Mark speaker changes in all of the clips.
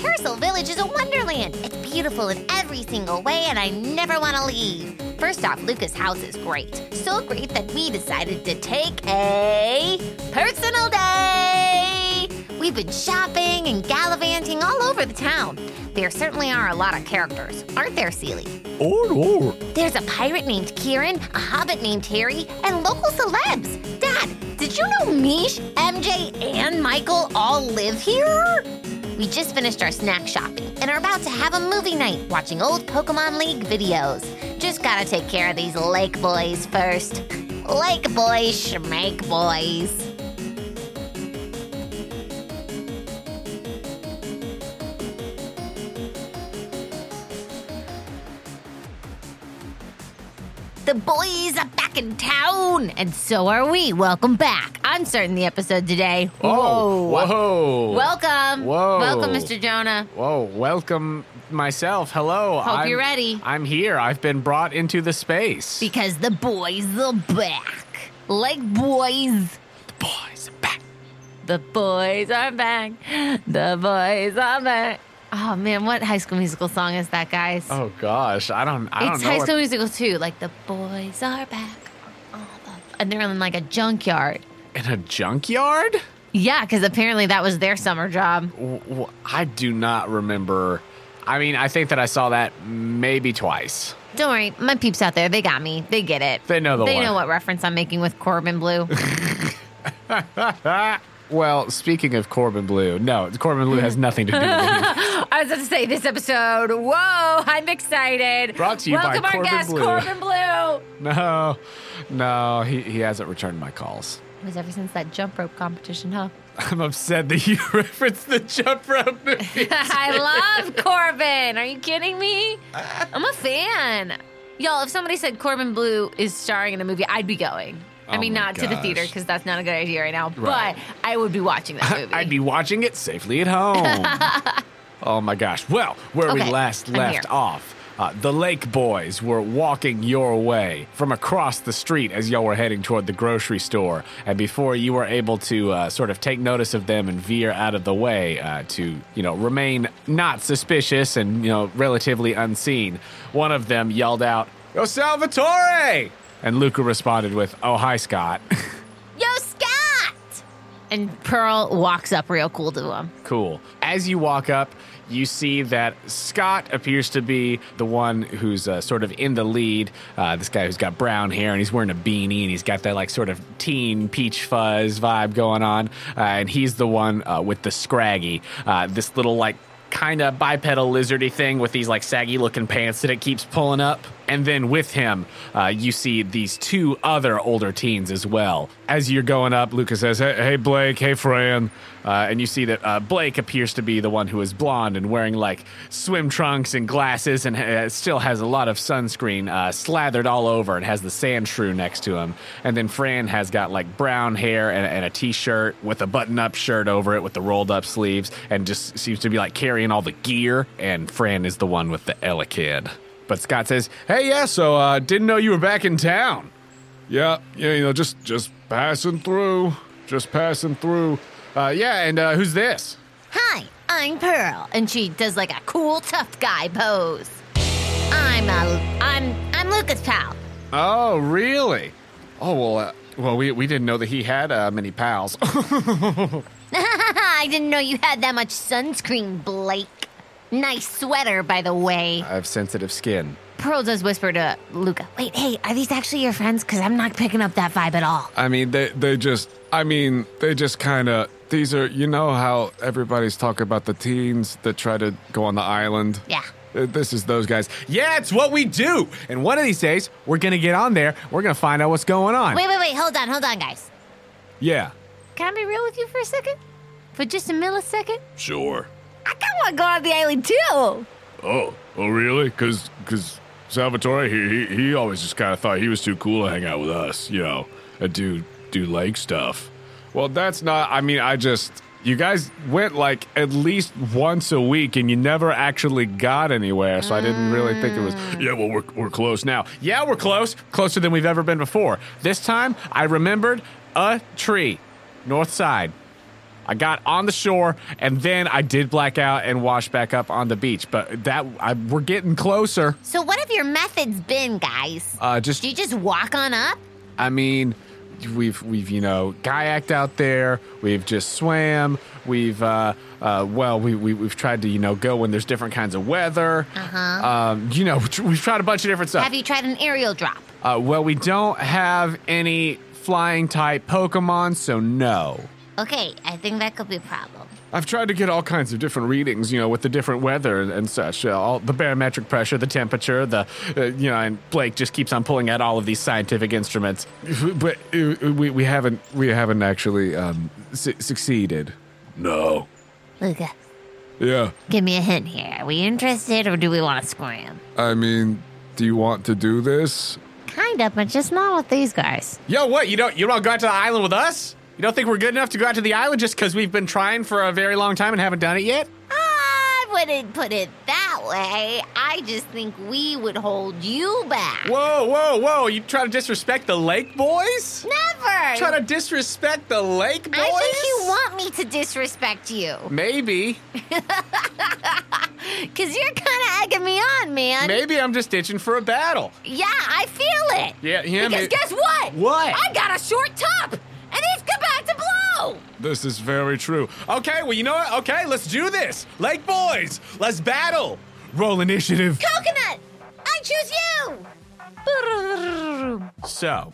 Speaker 1: Parcel Village is a wonderland. It's beautiful in every single way, and I never want to leave. First off, Luca's house is great. So great that we decided to take a personal day. We've been shopping and gallivanting all over the town. There certainly are a lot of characters, aren't there, Seely?
Speaker 2: Or, or.
Speaker 1: There's a pirate named Kieran, a hobbit named Harry, and local celebs. Dad, did you know Mish, MJ, and Michael all live here? We just finished our snack shopping and are about to have a movie night watching old Pokemon League videos. Just gotta take care of these lake boys first. Lake boys, schmake boys. The boys are back in town, and so are we. Welcome back. I'm starting the episode today.
Speaker 2: Oh, whoa.
Speaker 1: Welcome.
Speaker 2: Whoa.
Speaker 1: Welcome, Mr. Jonah.
Speaker 2: Whoa, welcome myself. Hello.
Speaker 1: Hope
Speaker 2: I'm,
Speaker 1: you're ready.
Speaker 2: I'm here. I've been brought into the space.
Speaker 1: Because the boys are back. Like boys.
Speaker 2: Boys, back.
Speaker 1: The boys are back. The boys are back. Oh man, what high school musical song is that, guys?
Speaker 2: Oh, gosh. I don't, I don't
Speaker 1: it's
Speaker 2: know.
Speaker 1: high
Speaker 2: what-
Speaker 1: school musical too. Like the boys are back. Oh, the- And they're in like a junkyard.
Speaker 2: In a junkyard?
Speaker 1: Yeah, because apparently that was their summer job.
Speaker 2: W- w- I do not remember. I mean, I think that I saw that maybe twice.
Speaker 1: Don't worry, my peeps out there, they got me. They get it.
Speaker 2: They know the
Speaker 1: They
Speaker 2: one.
Speaker 1: know what reference I'm making with Corbin Blue.
Speaker 2: Well, speaking of Corbin Blue, no, Corbin Blue has nothing to do with it.
Speaker 1: I was about to say this episode. Whoa, I'm excited.
Speaker 2: Brought to you by
Speaker 1: Welcome our
Speaker 2: Corbin
Speaker 1: guest,
Speaker 2: Blue.
Speaker 1: Corbin Blue.
Speaker 2: No, no, he, he hasn't returned my calls.
Speaker 1: It was ever since that jump rope competition, huh?
Speaker 2: I'm upset that you referenced the jump rope movie.
Speaker 1: I love Corbin. Are you kidding me? I'm a fan. Y'all, if somebody said Corbin Blue is starring in a movie, I'd be going. I
Speaker 2: Oh
Speaker 1: mean,
Speaker 2: my
Speaker 1: not to the
Speaker 2: gosh.
Speaker 1: theater because that's not a good idea right now,
Speaker 2: Right.
Speaker 1: but I would be watching that movie.
Speaker 2: I'd be watching it safely at home. oh my gosh. Well, where we
Speaker 1: Okay,
Speaker 2: last
Speaker 1: I'm
Speaker 2: left
Speaker 1: here.
Speaker 2: off, uh, the Lake Boys were walking your way from across the street as y'all were heading toward the grocery store. And before you were able to uh, sort of take notice of them and veer out of the way uh, to, you know, remain not suspicious and, you know, relatively unseen, one of them yelled out, Yo, Salvatore! And Luca responded with, Oh, hi, Scott.
Speaker 1: Yo, Scott! And Pearl walks up real cool to him.
Speaker 2: Cool. As you walk up, you see that Scott appears to be the one who's uh, sort of in the lead. Uh, this guy who's got brown hair and he's wearing a beanie and he's got that like sort of teen peach fuzz vibe going on. Uh, and he's the one uh, with the scraggy, uh, this little like kind of bipedal lizardy thing with these like saggy looking pants that it keeps pulling up. And then with him, uh, you see these two other older teens as well. As you're going up, Luca says, Hey, hey Blake, hey, Fran. Uh, and you see that uh, Blake appears to be the one who is blonde and wearing like swim trunks and glasses and uh, still has a lot of sunscreen uh, slathered all over and has the sand shrew next to him. And then Fran has got like brown hair and, and a t shirt with a button up shirt over it with the rolled up sleeves and just seems to be like carrying all the gear. And Fran is the one with the Ella kid. But Scott says, Hey, yeah, so uh, didn't know you were back in town. Yeah, yeah, you know, just just passing through, just passing through. Uh, yeah, and uh, who's this?
Speaker 1: Hi, I'm Pearl, and she does like a cool tough guy pose. I'm a, I'm I'm Lucas pal.
Speaker 2: Oh, really? Oh well, uh, well, we we didn't know that he had uh, many pals.
Speaker 1: I didn't know you had that much sunscreen, Blake. Nice sweater, by the way.
Speaker 2: I have sensitive skin.
Speaker 1: Pearl does whisper to Luca, "Wait, hey, are these actually your friends? Because I'm not picking up that vibe at all."
Speaker 3: I mean, they they just. I mean, they just kind of. These are. You know how everybody's talking about the teens that try to go on the island.
Speaker 1: Yeah.
Speaker 3: Uh, This is those guys.
Speaker 2: Yeah, it's what we do. And one of these days, we're gonna get on there. We're gonna find out what's going on.
Speaker 1: Wait, wait, wait. Hold on, hold on, guys.
Speaker 3: Yeah.
Speaker 1: Can I be real with you for a second? For just a millisecond?
Speaker 3: Sure.
Speaker 1: I kind of want to go on the island too.
Speaker 3: Oh. Oh, really? Cause cause Salvatore he he, he always just kind of thought he was too cool to hang out with us. You know, and do do lake stuff.
Speaker 2: Well, that's not. I mean, I just. You guys went like at least once a week, and you never actually got anywhere. So I didn't really think it was.
Speaker 3: Yeah. Well, we're we're
Speaker 2: close now. Yeah, we're close. Closer than we've ever been before. This time, I remembered a tree. North side. I got on the shore and then I did black out and wash back up on the beach. But that I, we're getting closer.
Speaker 1: So, what have your methods been, guys?
Speaker 2: Uh, just
Speaker 1: Do you just walk on up?
Speaker 2: I mean, we've we've you know kayaked out there. We've just swam. We've uh, uh, well, we, we we've tried to you know go when there's different kinds of weather.
Speaker 1: Uh-huh.
Speaker 2: Um, you know, we've tried a bunch of different stuff.
Speaker 1: Have you tried an aerial drop?
Speaker 2: Uh, well, we don't have any flying type Pokemon, so no.
Speaker 1: Okay, I think that could be a problem.
Speaker 2: I've tried to get all kinds of different readings, you know, with the different weather and, and such, uh, all the barometric pressure, the temperature, the, uh, you know, and Blake just keeps on pulling out all of these scientific instruments, but uh, we, we haven't we haven't actually um, su- succeeded.
Speaker 3: No.
Speaker 1: Luca,
Speaker 3: Yeah.
Speaker 1: give me a hint here. Are we interested or do we want to scram?
Speaker 3: I mean, do you want to do this?
Speaker 1: Kind of, but just not with these guys.
Speaker 2: Yo, what you don't you don't go out to the island with us? You don't think we're good enough to go out to the island just because we've been trying for a very long time and haven't done it yet?
Speaker 1: I wouldn't put it that way. I just think we would hold you back.
Speaker 2: Whoa, whoa, whoa! You trying to disrespect the Lake Boys?
Speaker 1: Never.
Speaker 2: Trying to disrespect the Lake Boys?
Speaker 1: I think you want me to disrespect you.
Speaker 2: Maybe.
Speaker 1: Because you're kind of egging me on, man.
Speaker 2: Maybe I'm just itching for a battle.
Speaker 1: Yeah, I feel it.
Speaker 2: Yeah, yeah,
Speaker 1: Because
Speaker 2: may-
Speaker 1: guess what?
Speaker 2: What?
Speaker 1: I got a short top, and it's about to blow.
Speaker 3: This is very true.
Speaker 2: Okay, well, you know what? Okay, let's do this. Lake Boys, let's battle. Roll initiative.
Speaker 1: Coconut, I choose you.
Speaker 2: So,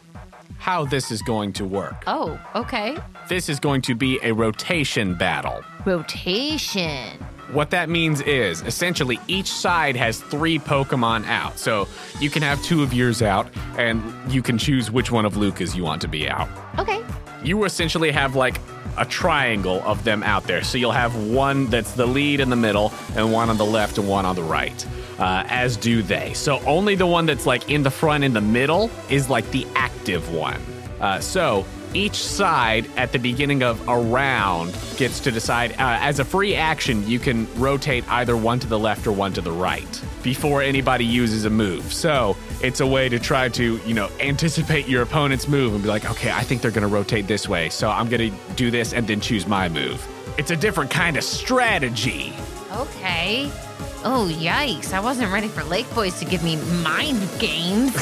Speaker 2: how this is going to work
Speaker 1: Oh, okay.
Speaker 2: this is going to be a rotation battle.
Speaker 1: Rotation.
Speaker 2: What that means is essentially each side has three Pokemon out. So you can have two of yours out, and you can choose which one of Luca's you want to be out.
Speaker 1: Okay.
Speaker 2: you essentially have like a triangle of them out there. So you'll have one that's the lead in the middle, and one on the left, and one on the right, uh, as do they. So only the one that's like in the front, in the middle, is like the active one. Uh, so each side at the beginning of a round gets to decide. Uh, as a free action, you can rotate either one to the left or one to the right before anybody uses a move. So it's a way to try to, you know, anticipate your opponent's move and be like, okay, I think they're going to rotate this way. So I'm going to do this and then choose my move. It's a different kind of strategy.
Speaker 1: Okay. Oh, yikes. I wasn't ready for Lake Boys to give me mind games.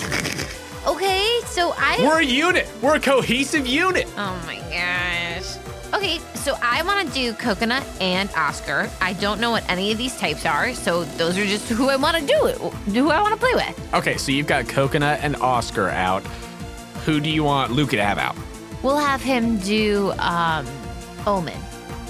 Speaker 1: okay, so I.
Speaker 2: We're a unit, we're a cohesive unit.
Speaker 1: Oh my gosh. Okay, so I want to do Coconut and Oscar. I don't know what any of these types are, so those are just who I want to do it, who I want to play with.
Speaker 2: Okay, so you've got Coconut and Oscar out. Who do you want Luca to have out?
Speaker 1: We'll have him do um, Omen.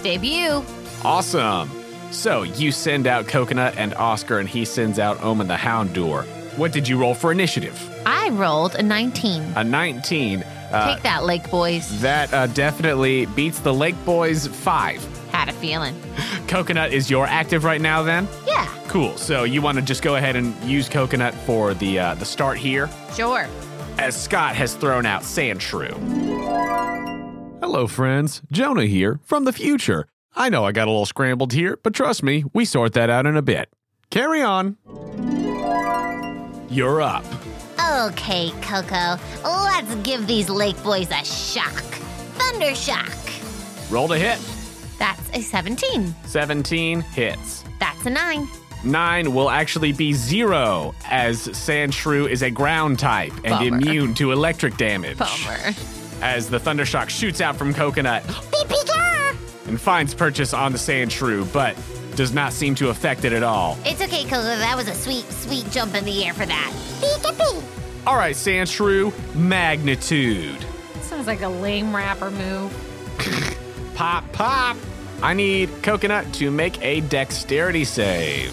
Speaker 1: Debut.
Speaker 2: Awesome. So you send out Coconut and Oscar, and he sends out Omen the Houndour. What did you roll for initiative?
Speaker 1: I rolled a 19.
Speaker 2: A 19. Uh,
Speaker 1: Take that, Lake Boys.
Speaker 2: that uh, definitely beats the Lake Boys 5.
Speaker 1: Had a feeling.
Speaker 2: Coconut is your active right now, then?
Speaker 1: Yeah,
Speaker 2: Cool. So you want to just go ahead and use Coconut for the, uh, the start here,
Speaker 1: sure.
Speaker 2: as Scott has thrown out Sand Shrew. Hello, friends. Jonah here from the future. I know I got a little scrambled here, but trust me, we sort that out in a bit. Carry on. You're up.
Speaker 1: Okay, Coco, let's give these Lake Boys a shock. Thunder shock.
Speaker 2: Roll to hit.
Speaker 1: That's a 17.
Speaker 2: 17 hits.
Speaker 1: That's a 9.
Speaker 2: Nine will actually be zero, as Sand Shrew is a ground type and
Speaker 1: Bummer.
Speaker 2: immune to electric damage.
Speaker 1: Bummer.
Speaker 2: As the Thundershock shoots out from Coconut
Speaker 1: Pika!
Speaker 2: and finds purchase on the Sand Shrew, but does not seem to affect it at all.
Speaker 1: It's okay, Coco. That was a sweet, sweet jump in the air for that. Pika
Speaker 2: All right, Sand Shrew, magnitude.
Speaker 4: Sounds like a lame rapper move.
Speaker 2: Pop, pop. I need Coconut to make a dexterity save.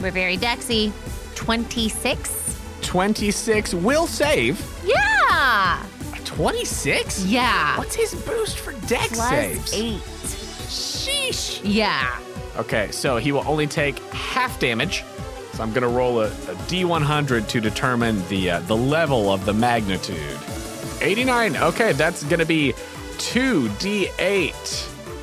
Speaker 1: We're very dexy. 26?
Speaker 2: 26 will save.
Speaker 1: Yeah!
Speaker 2: 26?
Speaker 1: Yeah.
Speaker 2: What's his boost for dex
Speaker 1: Plus
Speaker 2: saves?
Speaker 1: 8.
Speaker 2: Sheesh.
Speaker 1: Yeah.
Speaker 2: Okay, so he will only take half damage. So I'm gonna roll a, a d100 to determine the uh, the level of the magnitude. 89. Okay, that's gonna be 2d8.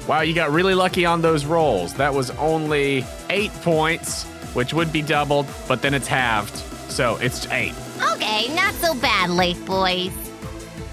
Speaker 2: Wow, you got really lucky on those rolls. That was only eight points, which would be doubled, but then it's halved, so it's eight.
Speaker 1: Okay, not so bad, Lake Boys.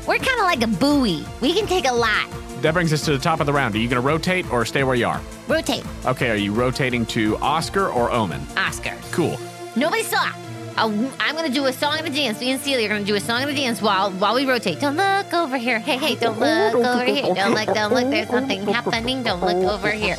Speaker 1: We're kind of like a buoy. We can take a lot,
Speaker 2: That brings us to the top of the round. Are you going to rotate or stay where you are?
Speaker 1: Rotate.
Speaker 2: Okay, are you rotating to Oscar or Omen?
Speaker 1: Oscar.
Speaker 2: Cool.
Speaker 1: Nobody saw. I'll, I'm gonna do a song and a dance. Me and Celia are gonna do a song and a dance while while we rotate. Don't look over here. Hey, hey, don't look over here. Don't look, don't look. There's nothing happening. Don't look over here.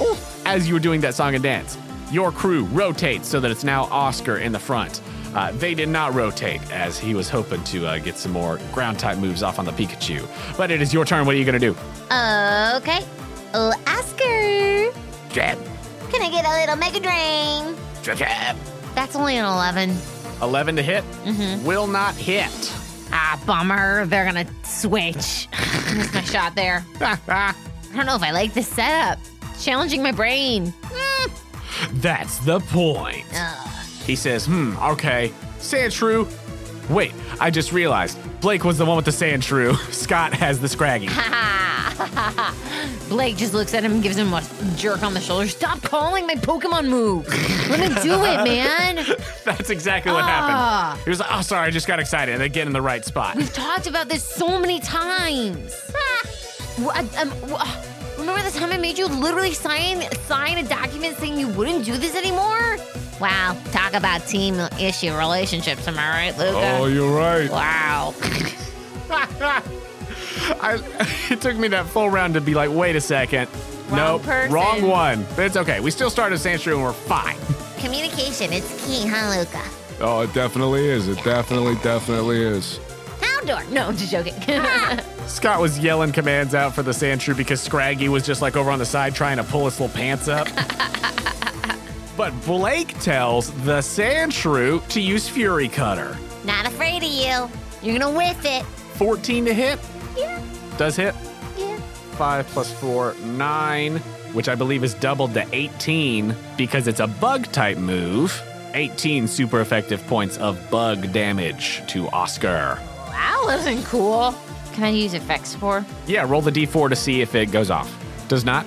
Speaker 2: As you were doing that song and dance, your crew rotates so that it's now Oscar in the front. Uh, they did not rotate as he was hoping to uh, get some more ground type moves off on the Pikachu. But it is your turn. What are you going to do?
Speaker 1: Okay. Oh, Oscar,
Speaker 2: Jab,
Speaker 1: can I get a little mega drain?
Speaker 2: jab, jab.
Speaker 1: That's only an 11.
Speaker 2: 11 to hit. Will not hit.
Speaker 4: Ah, bummer. They're gonna switch.
Speaker 1: Missed my shot there. I don't know if I like this setup. Challenging my brain.
Speaker 4: Hmm.
Speaker 2: That's the point.
Speaker 1: Ugh.
Speaker 2: He says, hmm, okay. Sand shrew. Wait, I just realized Blake was the one with the sand shrew. Scott has the scraggy.
Speaker 1: Ah,
Speaker 4: Blake just looks at him and gives him a jerk on the shoulder. Stop calling my Pokemon move. Let me do it, man.
Speaker 2: That's exactly what
Speaker 4: Ah.
Speaker 2: happened. He was like, oh, sorry, I just got excited. And they get in the right spot.
Speaker 4: We've talked about this so many times. Wha- um, wha- remember the time I made you literally sign sign a document saying you wouldn't do this anymore?
Speaker 1: wow. Talk about team issue relationships. Am I right, Luca?
Speaker 3: Oh, you're right.
Speaker 1: Wow.
Speaker 2: I, it took me that full round to be like, wait a second.
Speaker 4: Wrong
Speaker 2: nope,
Speaker 4: person.
Speaker 2: wrong one. But it's okay. We still started sand shrew and we're fine.
Speaker 1: Communication, it's key, huh, Luca?
Speaker 3: Oh, it definitely is. It definitely, definitely is.
Speaker 1: Outdoor.
Speaker 4: No, I'm just joking.
Speaker 2: Scott was yelling commands out for the sand shrew because Scraggy was just like over on the side trying to pull his little pants up. but Blake tells the sand shrew to use Fury Cutter.
Speaker 1: Not afraid of you. You're gonna whiff it.
Speaker 2: 14 to hit.
Speaker 1: Yeah,
Speaker 2: Does hit.
Speaker 1: yeah.
Speaker 2: 5 plus 4, 9, which I believe is doubled to 18 because it's a bug type move. 18 super effective points of bug damage to Oscar.
Speaker 4: wow, that wasn't cool. Can I use effects for?
Speaker 2: Yeah, roll the d4 to see if it goes off. Does not?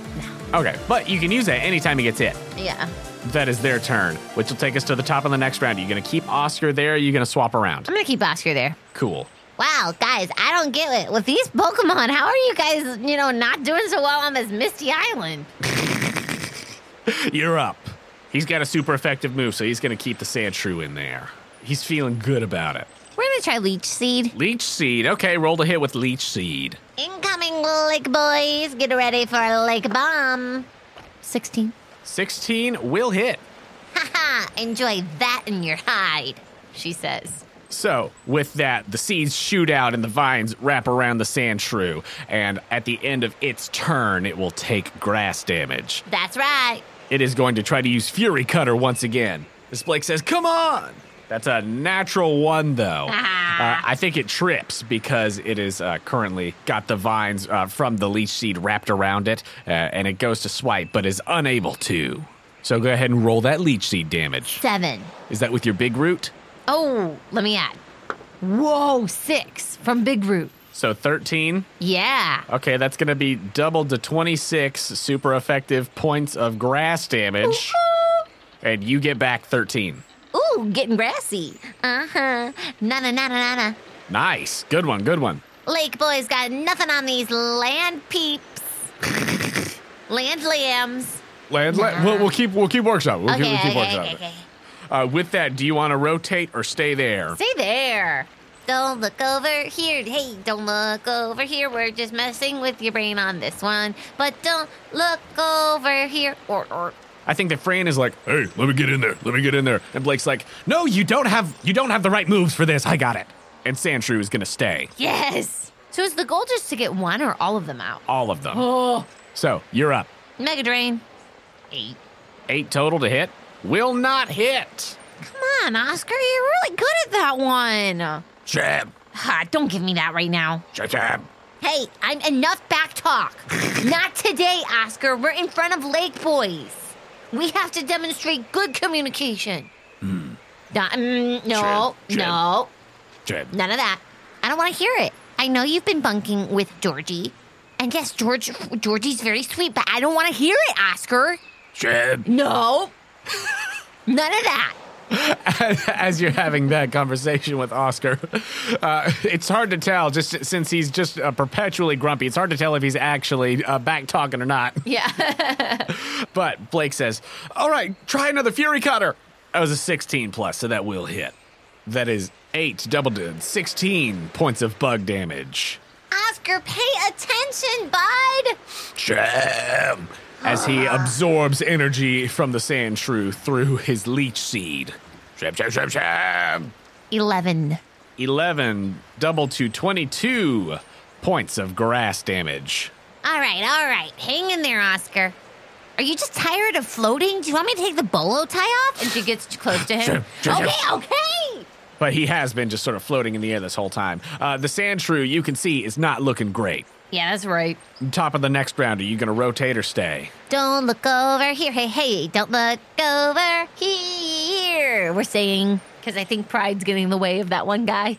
Speaker 2: Okay, but you can use that anytime he gets hit.
Speaker 4: Yeah.
Speaker 2: That is their turn, which will take us to the top of the next round. Are you going to keep Oscar there? Or are you going to swap around?
Speaker 4: I'm gonna keep Oscar there.
Speaker 2: Cool.
Speaker 1: Wow, guys, I don't get it. With these Pokemon, how are you guys, you know, not doing so well on this Misty Island?
Speaker 2: You're up. He's got a super effective move, so he's going to keep the Sand Shrew in there. He's feeling good about it.
Speaker 1: We're gonna try Leech Seed.
Speaker 2: Leech Seed. Okay, roll to hit with Leech Seed.
Speaker 1: Incoming, Lake Boys. Get ready for a Lake Bomb.
Speaker 4: 16.
Speaker 2: 16 will hit.
Speaker 1: Haha, enjoy that in your hide.
Speaker 4: She says.
Speaker 2: So, with that, the seeds shoot out and the vines wrap around the Sand Shrew. And at the end of its turn, it will take grass damage.
Speaker 1: That's right.
Speaker 2: It is going to try to use Fury Cutter once again. As Blake says, come on! That's a natural one, though. Uh, I think it trips because it is uh, currently got the vines uh, from the leech seed wrapped around it, uh, and it goes to swipe but is unable to. So go ahead and roll that leech seed damage.
Speaker 1: Seven.
Speaker 2: Is that with your big root?
Speaker 4: Oh, let me add. Whoa, six from Big Root.
Speaker 2: So 13.
Speaker 4: Yeah.
Speaker 2: Okay, that's going to be doubled to 26 super effective points of grass damage. And you get back 13.
Speaker 1: Ooh, getting grassy. Uh huh. Na na na na na.
Speaker 2: Nice. Good one. Good one.
Speaker 1: Lake Boys got nothing on these land peeps. land lambs.
Speaker 3: Land, land. We'll, we'll keep, we'll keep workshop. We'll keep,
Speaker 1: Okay,
Speaker 3: we'll keep
Speaker 1: okay,
Speaker 3: workshop.
Speaker 1: okay, okay.
Speaker 2: Uh, with that, do you want to rotate or stay there?
Speaker 4: Stay there.
Speaker 1: Don't look over here. Hey, don't look over here. We're just messing with your brain on this one. But don't look over here. Or, or.
Speaker 2: I think that Fran is like,
Speaker 3: Hey, let me get in there. Let me get in there.
Speaker 2: and Blake's like, no, you don't have, you don't have the right moves for this. I got it. And Sandshrew is going to stay.
Speaker 1: Yes!
Speaker 4: So is the goal just to get one or all of them out?
Speaker 2: All of them.
Speaker 4: Oh.
Speaker 2: So you're up.
Speaker 1: Mega Drain. Eight.
Speaker 2: Eight total to hit. Will not hit.
Speaker 4: Come on, Oscar. You're really good at that one.
Speaker 2: Jab.
Speaker 4: Ah, don't give me that right now.
Speaker 2: Jab. jab.
Speaker 1: Hey, I'm enough back talk. Not today, Oscar. We're in front of Lake Boys.
Speaker 4: We have to demonstrate good communication.
Speaker 1: No, mm, no,
Speaker 2: Jen, Jen.
Speaker 1: no,
Speaker 2: Jab.
Speaker 1: none of that. I don't want to hear it. I know you've been bunking with Georgie, and yes, George, Georgie's very sweet, but I don't want to hear it, Oscar.
Speaker 2: Jab.
Speaker 1: No, none of that.
Speaker 2: as you're having that conversation with Oscar, uh, it's hard to tell just since he's just uh, perpetually grumpy. It's hard to tell if he's actually uh, back talking or not.
Speaker 4: Yeah.
Speaker 2: But Blake says, All right, try another Fury Cutter. That was a 16 plus, so that will hit. That is eight double did, 16 points of bug damage.
Speaker 1: Oscar, pay attention, bud.
Speaker 2: Jam! As he absorbs energy from the sand shrew through his leech seed. Jam, jam, jam, jam!
Speaker 4: 11.
Speaker 2: 11 double to 22 points of grass damage.
Speaker 1: All right, all right. Hang in there, Oscar.
Speaker 4: Are you just tired of floating? Do you want me to take the bolo tie off? And she gets close to him.
Speaker 1: Okay, okay.
Speaker 2: But he has been just sort of floating in the air this whole time. Uh, the sand shrew, you can see, is not looking great.
Speaker 4: Yeah, that's right.
Speaker 2: Top of the next round, are you going to rotate or stay?
Speaker 4: Don't look over here. Hey, hey, don't look over here. We're saying, because I think pride's getting in the way of that one guy.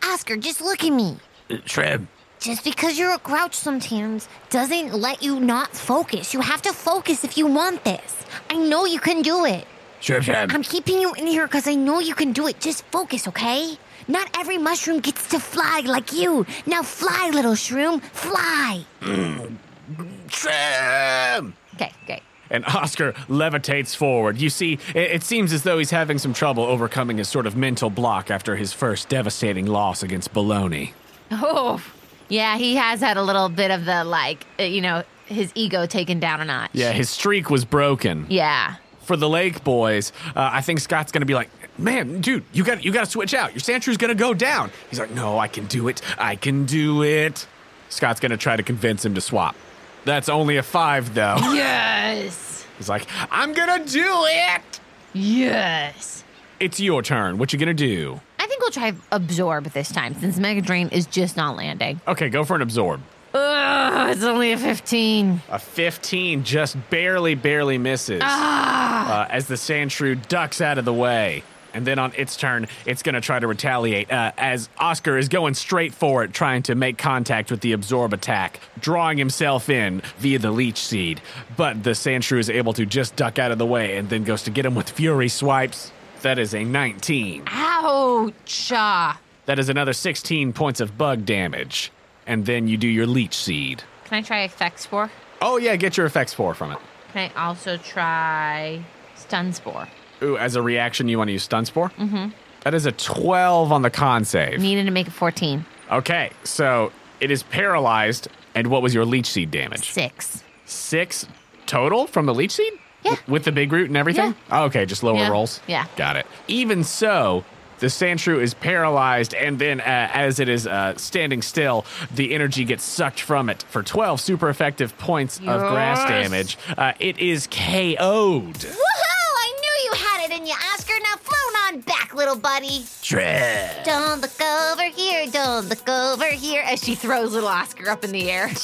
Speaker 1: Oscar, just look at me.
Speaker 2: Trim.
Speaker 1: Just because you're a grouch sometimes doesn't let you not focus. You have to focus if you want this. I know you can do it.
Speaker 2: Trim, trim.
Speaker 1: I'm keeping you in here because I know you can do it. Just focus, okay? Not every mushroom gets to fly like you. Now fly, little shroom. Fly.
Speaker 2: Trim!
Speaker 4: Okay, great.
Speaker 2: And Oscar levitates forward. You see, it, it seems as though he's having some trouble overcoming his sort of mental block after his first devastating loss against Baloney.
Speaker 4: Oh, yeah, he has had a little bit of the, like, uh, you know, his ego taken down a notch.
Speaker 2: Yeah, his streak was broken.
Speaker 4: Yeah.
Speaker 2: for the Lake Boys, uh, I think Scott's gonna be like, "Man, dude, you got you got to switch out. Your Sanchu's gonna go down." He's like, "No, I can do it. I can do it." Scott's gonna try to convince him to swap. That's only a five, though.
Speaker 4: Yes.
Speaker 2: He's like, "I'm gonna do it."
Speaker 4: Yes.
Speaker 2: It's your turn. What you gonna do?
Speaker 4: I think we'll try absorb this time since Mega Drain is just not landing.
Speaker 2: Okay, go for an absorb.
Speaker 4: Ugh, it's only a 15.
Speaker 2: A 15 just barely, barely misses uh, as the sand shrew ducks out of the way. And then on its turn, it's going to try to retaliate uh, as Oscar is going straight for it, trying to make contact with the absorb attack, drawing himself in via the leech seed. But the sand shrew is able to just duck out of the way and then goes to get him with fury swipes. That is a 19.
Speaker 4: Ouch. Ah.
Speaker 2: That is another 16 points of bug damage. And then you do your leech seed.
Speaker 4: Can I try Effect Spore?
Speaker 2: Oh, yeah, get your effects 4 from it.
Speaker 4: Can I also try Stun Spore?
Speaker 2: Ooh, as a reaction, you want to use stun spore. Mm-hmm. is a twelve on the con save.
Speaker 4: Needed to make it 14.
Speaker 2: Okay, so it is paralyzed. And what was your leech seed damage?
Speaker 4: Six.
Speaker 2: Six total from the leech seed.
Speaker 4: Yeah.
Speaker 2: W- with the big root and everything. Oh, okay, just lower
Speaker 4: Yeah.
Speaker 2: rolls.
Speaker 4: Yeah.
Speaker 2: Got it. Even so. The sand shrew is paralyzed, and then uh, as it is uh, standing still, the energy gets sucked from it for 12 super effective points of grass
Speaker 4: Yes.
Speaker 2: damage. Uh, it is KO'd.
Speaker 1: Woohoo! I knew you had it in you, Oscar. Now float on back, little buddy. Don't look over here. Don't look over here.
Speaker 4: As she throws little Oscar up in the air.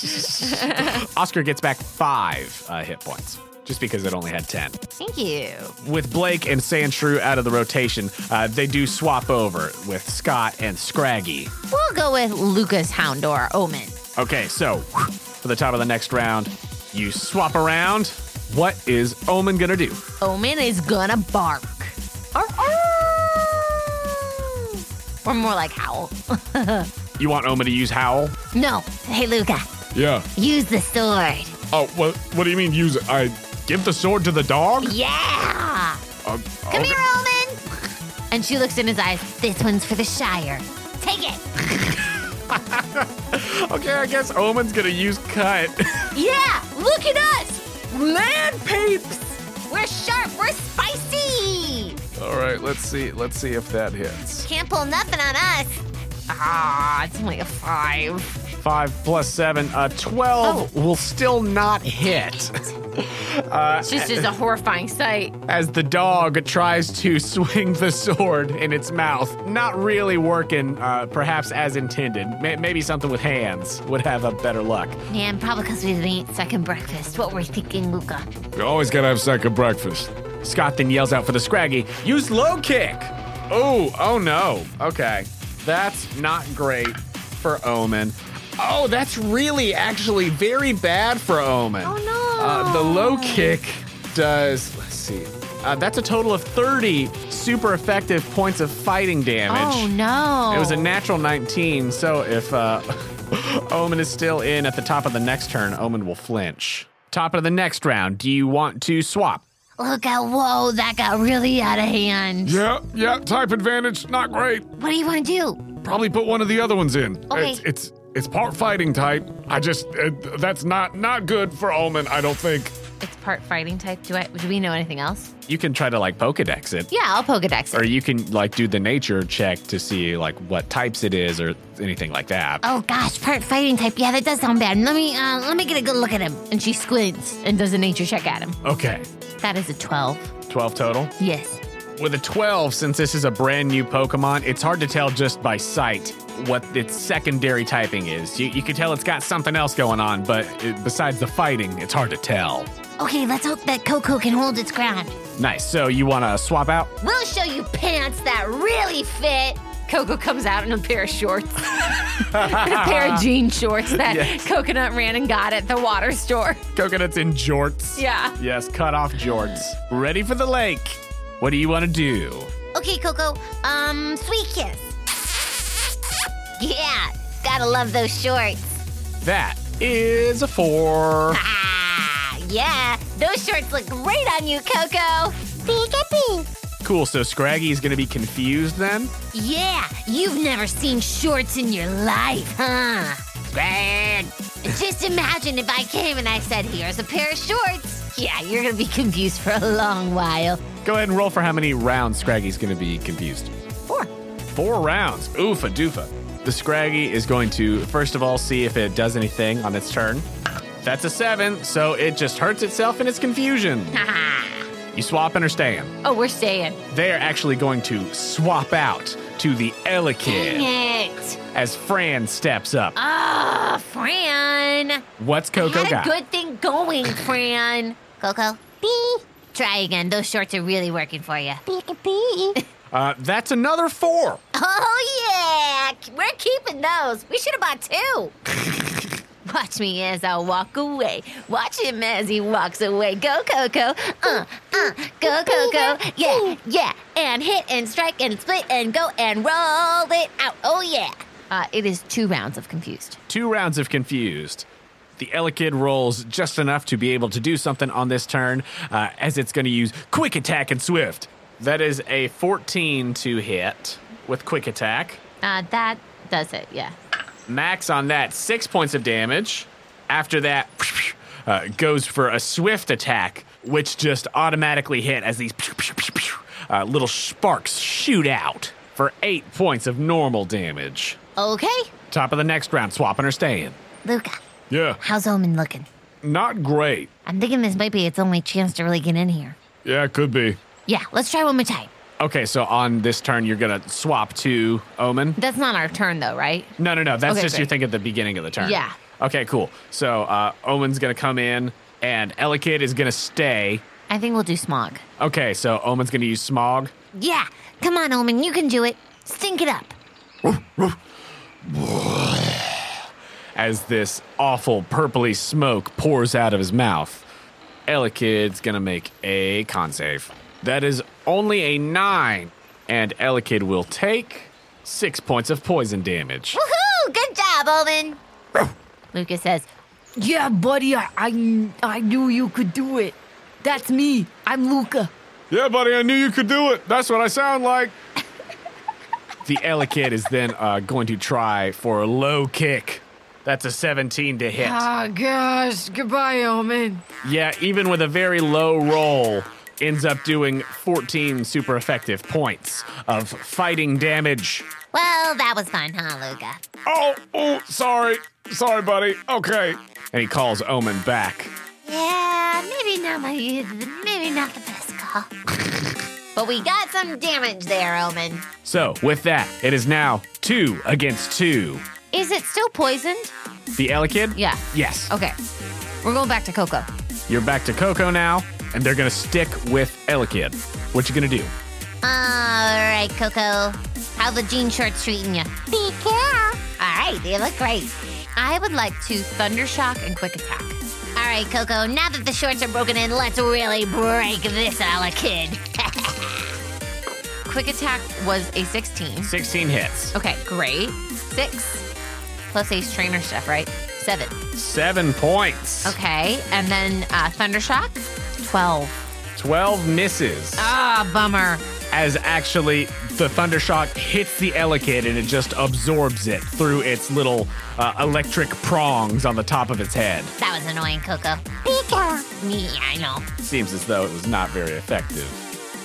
Speaker 2: Oscar gets back five uh, hit points just because it only had 10.
Speaker 4: Thank you.
Speaker 2: With Blake and Sandshrew out of the rotation, uh, they do swap over with Scott and Scraggy.
Speaker 4: We'll go with Lucas Houndor Omen.
Speaker 2: Okay, so whew, for the top of the next round, you swap around. What is Omen gonna do?
Speaker 4: Omen is gonna bark. Arr, arr. Or more like howl.
Speaker 2: You want Omen to use Howl?
Speaker 4: No.
Speaker 1: Hey, Luca,
Speaker 3: Yeah.
Speaker 1: use the sword.
Speaker 3: Oh, what? What do you mean? Use it? I give the sword to the dog?
Speaker 1: Yeah!
Speaker 3: Um,
Speaker 1: Come
Speaker 3: okay.
Speaker 1: here, Omen.
Speaker 4: And she looks in his eyes.
Speaker 1: This one's for the Shire. Take it.
Speaker 2: Okay, I guess Omen's gonna use Cut.
Speaker 1: Yeah, look at us. Man peeps. We're sharp, we're spicy.
Speaker 2: All right, let's see. Let's see if that hits.
Speaker 1: Can't pull nothing on us.
Speaker 4: Ah, it's only a five.
Speaker 2: Five plus seven, uh, 12 will still not hit.
Speaker 4: It's just, just a horrifying sight.
Speaker 2: as the dog tries to swing the sword in its mouth. Not really working, uh, perhaps as intended. May maybe something with hands would have a better luck.
Speaker 1: Man, probably because we didn't eat second breakfast. What were we thinking, Luca?
Speaker 3: You always gotta have second breakfast.
Speaker 2: Scott then yells out for the Scraggy, use low kick! Oh, oh no. Okay. That's not great for Omen. Oh, that's really actually very bad for Omen.
Speaker 1: no.
Speaker 2: Uh, the low kick does, let's see, Uh, that's a total of 30 super effective points of fighting damage.
Speaker 4: Oh no!
Speaker 2: It was a natural 19, so if uh, Omen is still in at the top of the next turn, Omen will flinch. Top of the next round, do you want to swap?
Speaker 1: Look at whoa, that got really out of hand.
Speaker 3: Yeah, yeah, type advantage, not great.
Speaker 1: What do you want to do?
Speaker 3: Probably put one of the other ones in.
Speaker 1: Okay.
Speaker 3: It's, it's it's part fighting type. I just uh, that's not not good for Omen, I don't think.
Speaker 4: It's part fighting type. Do I? Do we know anything else?
Speaker 2: You can try to like Pokedex it,
Speaker 4: Yeah, I'll Pokedex
Speaker 2: or
Speaker 4: it.
Speaker 2: you can like do the nature check to see like what types it is or anything like that.
Speaker 1: Oh gosh, part fighting type. Yeah, that does sound bad. Let me uh, let me get a good look at him.
Speaker 4: and she squints and does a nature check at him.
Speaker 2: Okay,
Speaker 4: That is a twelve.
Speaker 2: 12 total.
Speaker 4: Yes.
Speaker 2: With a 12, since this is a brand new Pokemon, it's hard to tell just by sight what its secondary typing is. You, you can tell it's got something else going on, but it, besides the fighting, it's hard to tell.
Speaker 1: Okay, let's hope that Coco can hold its ground.
Speaker 2: Nice. So you want to swap out?
Speaker 1: We'll show you pants that really fit.
Speaker 4: Coco comes out in a pair of shorts, and a pair of jean shorts that
Speaker 2: Yes.
Speaker 4: Coconut ran and got at the water store.
Speaker 2: Coconuts in jorts.
Speaker 4: Yeah.
Speaker 2: Yes, cut off jorts. Ready for the lake. What do you want to do?
Speaker 1: Okay, Coco. Um, sweet kiss. Yeah, gotta love those shorts.
Speaker 2: That is a four.
Speaker 1: Ah, yeah, those shorts look great on you, Coco. Pink and pink.
Speaker 2: Cool. So Scraggy is going to be confused then?
Speaker 1: Yeah, you've never seen shorts in your life, huh? Greg! Just imagine if I came and I said, here's a pair of shorts. Yeah, you're gonna be confused for a long while.
Speaker 2: Go ahead and roll for how many rounds Scraggy's going to be confused.
Speaker 1: Four.
Speaker 2: Four rounds. Oofa doofa. The Scraggy is going to, first of all, see if it does anything on its turn. That's a seven, so it just hurts itself in its confusion. you swapping or staying?
Speaker 4: Oh, we're staying.
Speaker 2: They are actually going to swap out to the Elekid
Speaker 4: It.
Speaker 2: as Fran steps up.
Speaker 4: Ah, Fran.
Speaker 2: What's Coco
Speaker 4: Had
Speaker 2: got?
Speaker 4: a good thing going, Fran.
Speaker 1: Coco, bee.
Speaker 4: Try again. Those shorts are really working for you.
Speaker 1: Pink and pink.
Speaker 2: uh, that's another four.
Speaker 4: Uh.
Speaker 1: Oh, yeah, we're keeping those. We should have bought two.
Speaker 4: Watch me as I walk away. Watch him as he walks away. Go, Coco. Uh, uh,
Speaker 1: Go, go, go. Yeah,
Speaker 4: yeah.
Speaker 1: and hit and strike and split and go and roll it out. Oh, yeah.
Speaker 4: Uh, it is two rounds of confused.
Speaker 2: Two rounds of confused. The Elekid rolls just enough to be able to do something on this turn, uh, as it's going to use Quick Attack and Swift. That is a 14 to hit with Quick Attack.
Speaker 4: Uh, that does it, yeah.
Speaker 2: Max on that, six points of damage. After that, uh, goes for a Swift attack, which just automatically hit as these uh, little sparks shoot out for eight points of normal damage.
Speaker 1: Okay,
Speaker 2: Top of the next round, swapping or staying.
Speaker 1: Luca,
Speaker 3: Yeah,
Speaker 1: how's Omen looking?
Speaker 3: not great.
Speaker 1: I'm thinking this might be its only chance to really get in here.
Speaker 3: Yeah, it could be.
Speaker 1: Yeah, let's try one more time.
Speaker 2: Okay, so on this turn, you're gonna swap to Omen.
Speaker 4: That's not our turn, though, right?
Speaker 2: No, no, no. That's
Speaker 4: Okay,
Speaker 2: just
Speaker 4: great.
Speaker 2: your thing at the beginning of the turn.
Speaker 4: Yeah.
Speaker 2: Okay, cool. So uh, Omen's gonna come in, and Elekid is gonna stay.
Speaker 4: I think we'll do smog.
Speaker 2: Okay, so Omen's gonna use Smog.
Speaker 1: Yeah, come on, Omen, you can do it. Stink it up.
Speaker 2: as this awful purpley smoke pours out of his mouth. Elekid's gonna make a con save. That is only a nine, and Elekid will take six points of poison damage.
Speaker 1: Woohoo! Good job, Omen.
Speaker 4: Lucas says, Yeah, buddy, I, I, I knew you could do it. That's me. I'm Luca.
Speaker 3: Yeah, buddy, I knew you could do it. That's what I sound like.
Speaker 2: The Elekid is then uh, going to try for a low kick. That's a 17 to hit.
Speaker 4: Oh, gosh. Goodbye, Omen.
Speaker 2: Yeah, even with a very low roll, ends up doing 14 super effective points of fighting damage.
Speaker 1: Well, Oh, that was fun, huh, Luca?
Speaker 3: Oh, oh, sorry. Sorry, buddy. Okay.
Speaker 2: And he calls Omen back.
Speaker 1: Yeah, maybe not my, maybe not the best call. but we got some damage there, Omen.
Speaker 2: So, with that, it is now two against two.
Speaker 4: Is it still poisoned?
Speaker 2: The Elekid?
Speaker 4: Yeah. Oh.
Speaker 2: Yes.
Speaker 4: Okay. We're going back to Coco.
Speaker 2: You're back to Coco now, and they're going to stick with Elekid. What you going to do?
Speaker 1: All right, Coco. How the jean shorts treating you? Be careful. All right, they look great.
Speaker 4: I would like to Thunder Shock and Quick Attack.
Speaker 1: All right, right, Coco, now that the shorts are broken in, let's really break this ala kid.
Speaker 4: Quick attack was a 16.
Speaker 2: 16 hits.
Speaker 4: Okay, great. Six plus Ace Trainer stuff, right? Seven.
Speaker 2: Seven points.
Speaker 4: Oh. Okay, and then uh, Thunder Shock, 12.
Speaker 2: 12 misses.
Speaker 4: Ah, bummer.
Speaker 2: As actually, the thunder shock hits the Elekid and it just absorbs it through its little uh, electric prongs on the top of its head.
Speaker 1: that was annoying, Coco. Pika! Yeah, I know.
Speaker 2: Seems as though it was not very effective.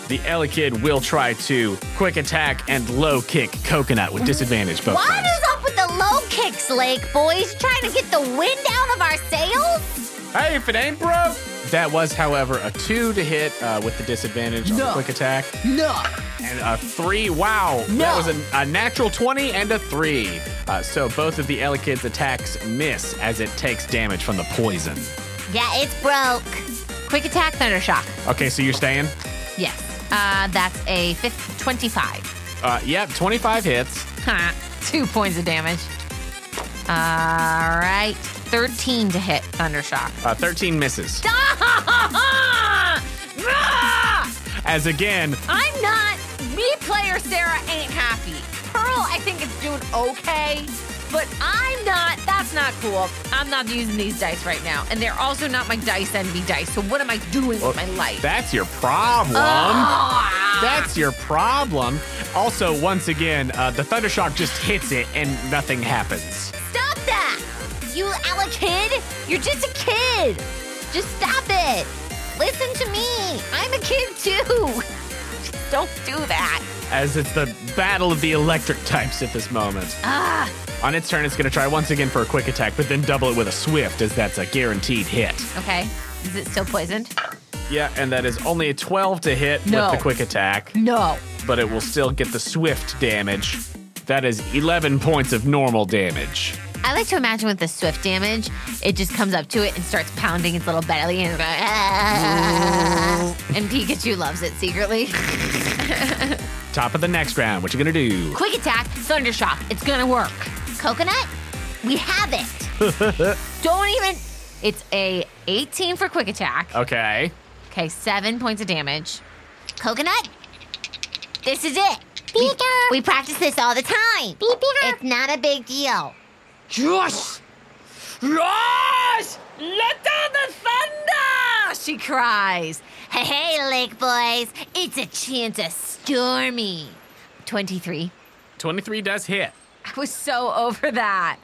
Speaker 2: The Elekid will try to quick attack and low kick Coconut with disadvantage both
Speaker 1: What
Speaker 2: times.
Speaker 1: is up with the low kicks, Lake boys? Trying to get the wind out of our sails?
Speaker 2: Hey, if it ain't broke. That was, however, a two to hit uh, with the disadvantage on the quick attack. No. And a three. Wow. That was a, a natural 20 and a three. Uh, so both of the Elekid's attacks miss as it takes damage from the poison.
Speaker 1: Yeah, it's broke.
Speaker 4: Quick attack, Thunder Shock.
Speaker 2: Okay, so you're staying?
Speaker 4: Yes. Uh, that's a fif- 25.
Speaker 2: Uh, yep, 25 hits.
Speaker 4: Huh. Two points of damage. All right. 13 to hit Thunder Shock.
Speaker 2: Uh, 13 misses. As again,
Speaker 4: I'm not. Me player Sarah ain't happy. Pearl, I think it's doing okay, but I'm not. That's not cool. I'm not using these dice right now, and they're also not my dice envy dice. So what am I doing with my life? Oh,
Speaker 2: that's your problem.
Speaker 4: Uh,
Speaker 2: That's your problem. Also, once again, uh, the thunder shock just hits it and nothing happens.
Speaker 1: Stop that! You ala kid! You're just a kid! Just stop it! Listen to me! I'm a kid too! Just don't do that!
Speaker 2: As it's the battle of the electric types at this moment. On its turn, it's going to try once again for a quick attack, but then double it with a swift, as that's a guaranteed hit.
Speaker 4: okay. Is it still poisoned?
Speaker 2: Yeah, and that is only a 12 to hit
Speaker 4: No.
Speaker 2: with the quick attack,
Speaker 4: No.
Speaker 2: but it will still get the swift damage. That is 11 points of normal damage.
Speaker 4: I like to imagine with the swift damage, it just comes up to it and starts pounding its little belly and it's going, "Ah." and Pikachu loves it secretly.
Speaker 2: Top of the next round, what you going to do?
Speaker 4: Quick attack, Thunder Shock. It's gonna work.
Speaker 1: Coconut, we have it!
Speaker 4: Don't even. It's a 18 for quick attack.
Speaker 2: Okay.
Speaker 4: Okay, seven points of damage.
Speaker 1: Coconut, this is it! We, we practice this all the time! It's not a big deal.
Speaker 4: Josh! Josh! Let down the thunder! She cries.
Speaker 1: Hey, hey, Lake Boys! It's a chance of stormy!
Speaker 4: 23.
Speaker 2: 23 does hit.
Speaker 4: I was so over that.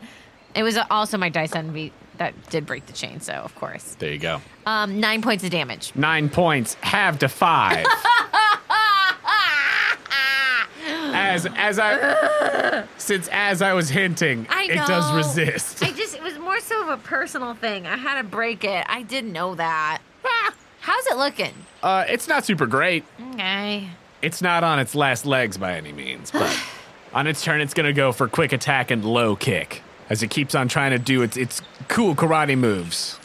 Speaker 4: It was also my dice envy that did break the chain, so of course.
Speaker 2: There you go.
Speaker 4: Um, nine points of damage.
Speaker 2: Nine points, halved to five. as as I since as I was hinting,
Speaker 4: I
Speaker 2: it does
Speaker 4: know.
Speaker 2: resist.
Speaker 4: I just, it was more so of a personal thing. I had to break it. I didn't know that. How's it looking?
Speaker 2: Uh, it's not super great.
Speaker 4: Okay.
Speaker 2: It's not on its last legs by any means, but on its turn, it's gonna go for quick attack and low kick as it keeps on trying to do its its cool karate moves.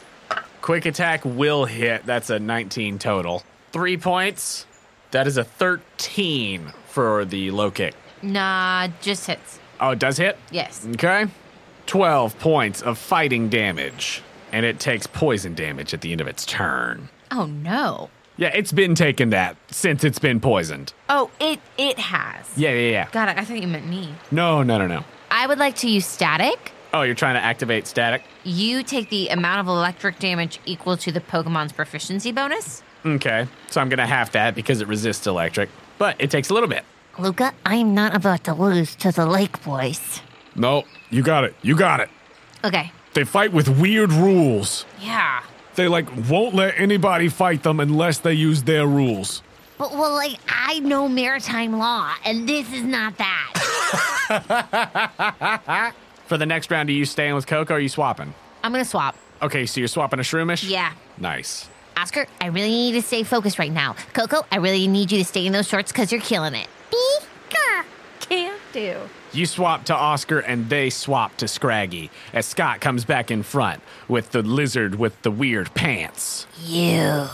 Speaker 2: Quick attack will hit. That's a 19 total. Three points. That is a 13 for the low kick.
Speaker 4: Nah, just hits.
Speaker 2: Oh, it does hit?
Speaker 4: Yes.
Speaker 2: Okay. 12 points of fighting damage. And it takes poison damage at the end of its turn.
Speaker 4: Oh no.
Speaker 2: Yeah, it's been taking that since it's been poisoned.
Speaker 4: Oh, it it has.
Speaker 2: Yeah, yeah, yeah.
Speaker 4: Got it. I thought you meant me.
Speaker 2: No, no, no, no.
Speaker 4: I would like to use static.
Speaker 2: Oh, you're trying to activate static?
Speaker 4: You take the amount of electric damage equal to the Pokemon's proficiency bonus.
Speaker 2: Okay. So I'm going to half that because it resists electric, but it takes a little bit.
Speaker 1: Luca, I'm not about to lose to the Lake Boys.
Speaker 3: No, you got it. You got it.
Speaker 4: Okay.
Speaker 3: They fight with weird rules.
Speaker 4: Yeah.
Speaker 3: They like won't let anybody fight them unless they use their rules.
Speaker 1: But, well, like, I know maritime law, and this is not that.
Speaker 2: For the next round, are you staying with Coco or are you swapping?
Speaker 4: I'm gonna swap.
Speaker 2: Okay, so you're swapping a shroomish?
Speaker 4: Yeah.
Speaker 2: Nice.
Speaker 1: Oscar, I really need to stay focused right now. Coco, I really need you to stay in those shorts because you're killing it. Beaker!
Speaker 4: Can't do.
Speaker 2: You swap to Oscar and they swap to Scraggy as Scott comes back in front with the lizard with the weird pants.
Speaker 1: You.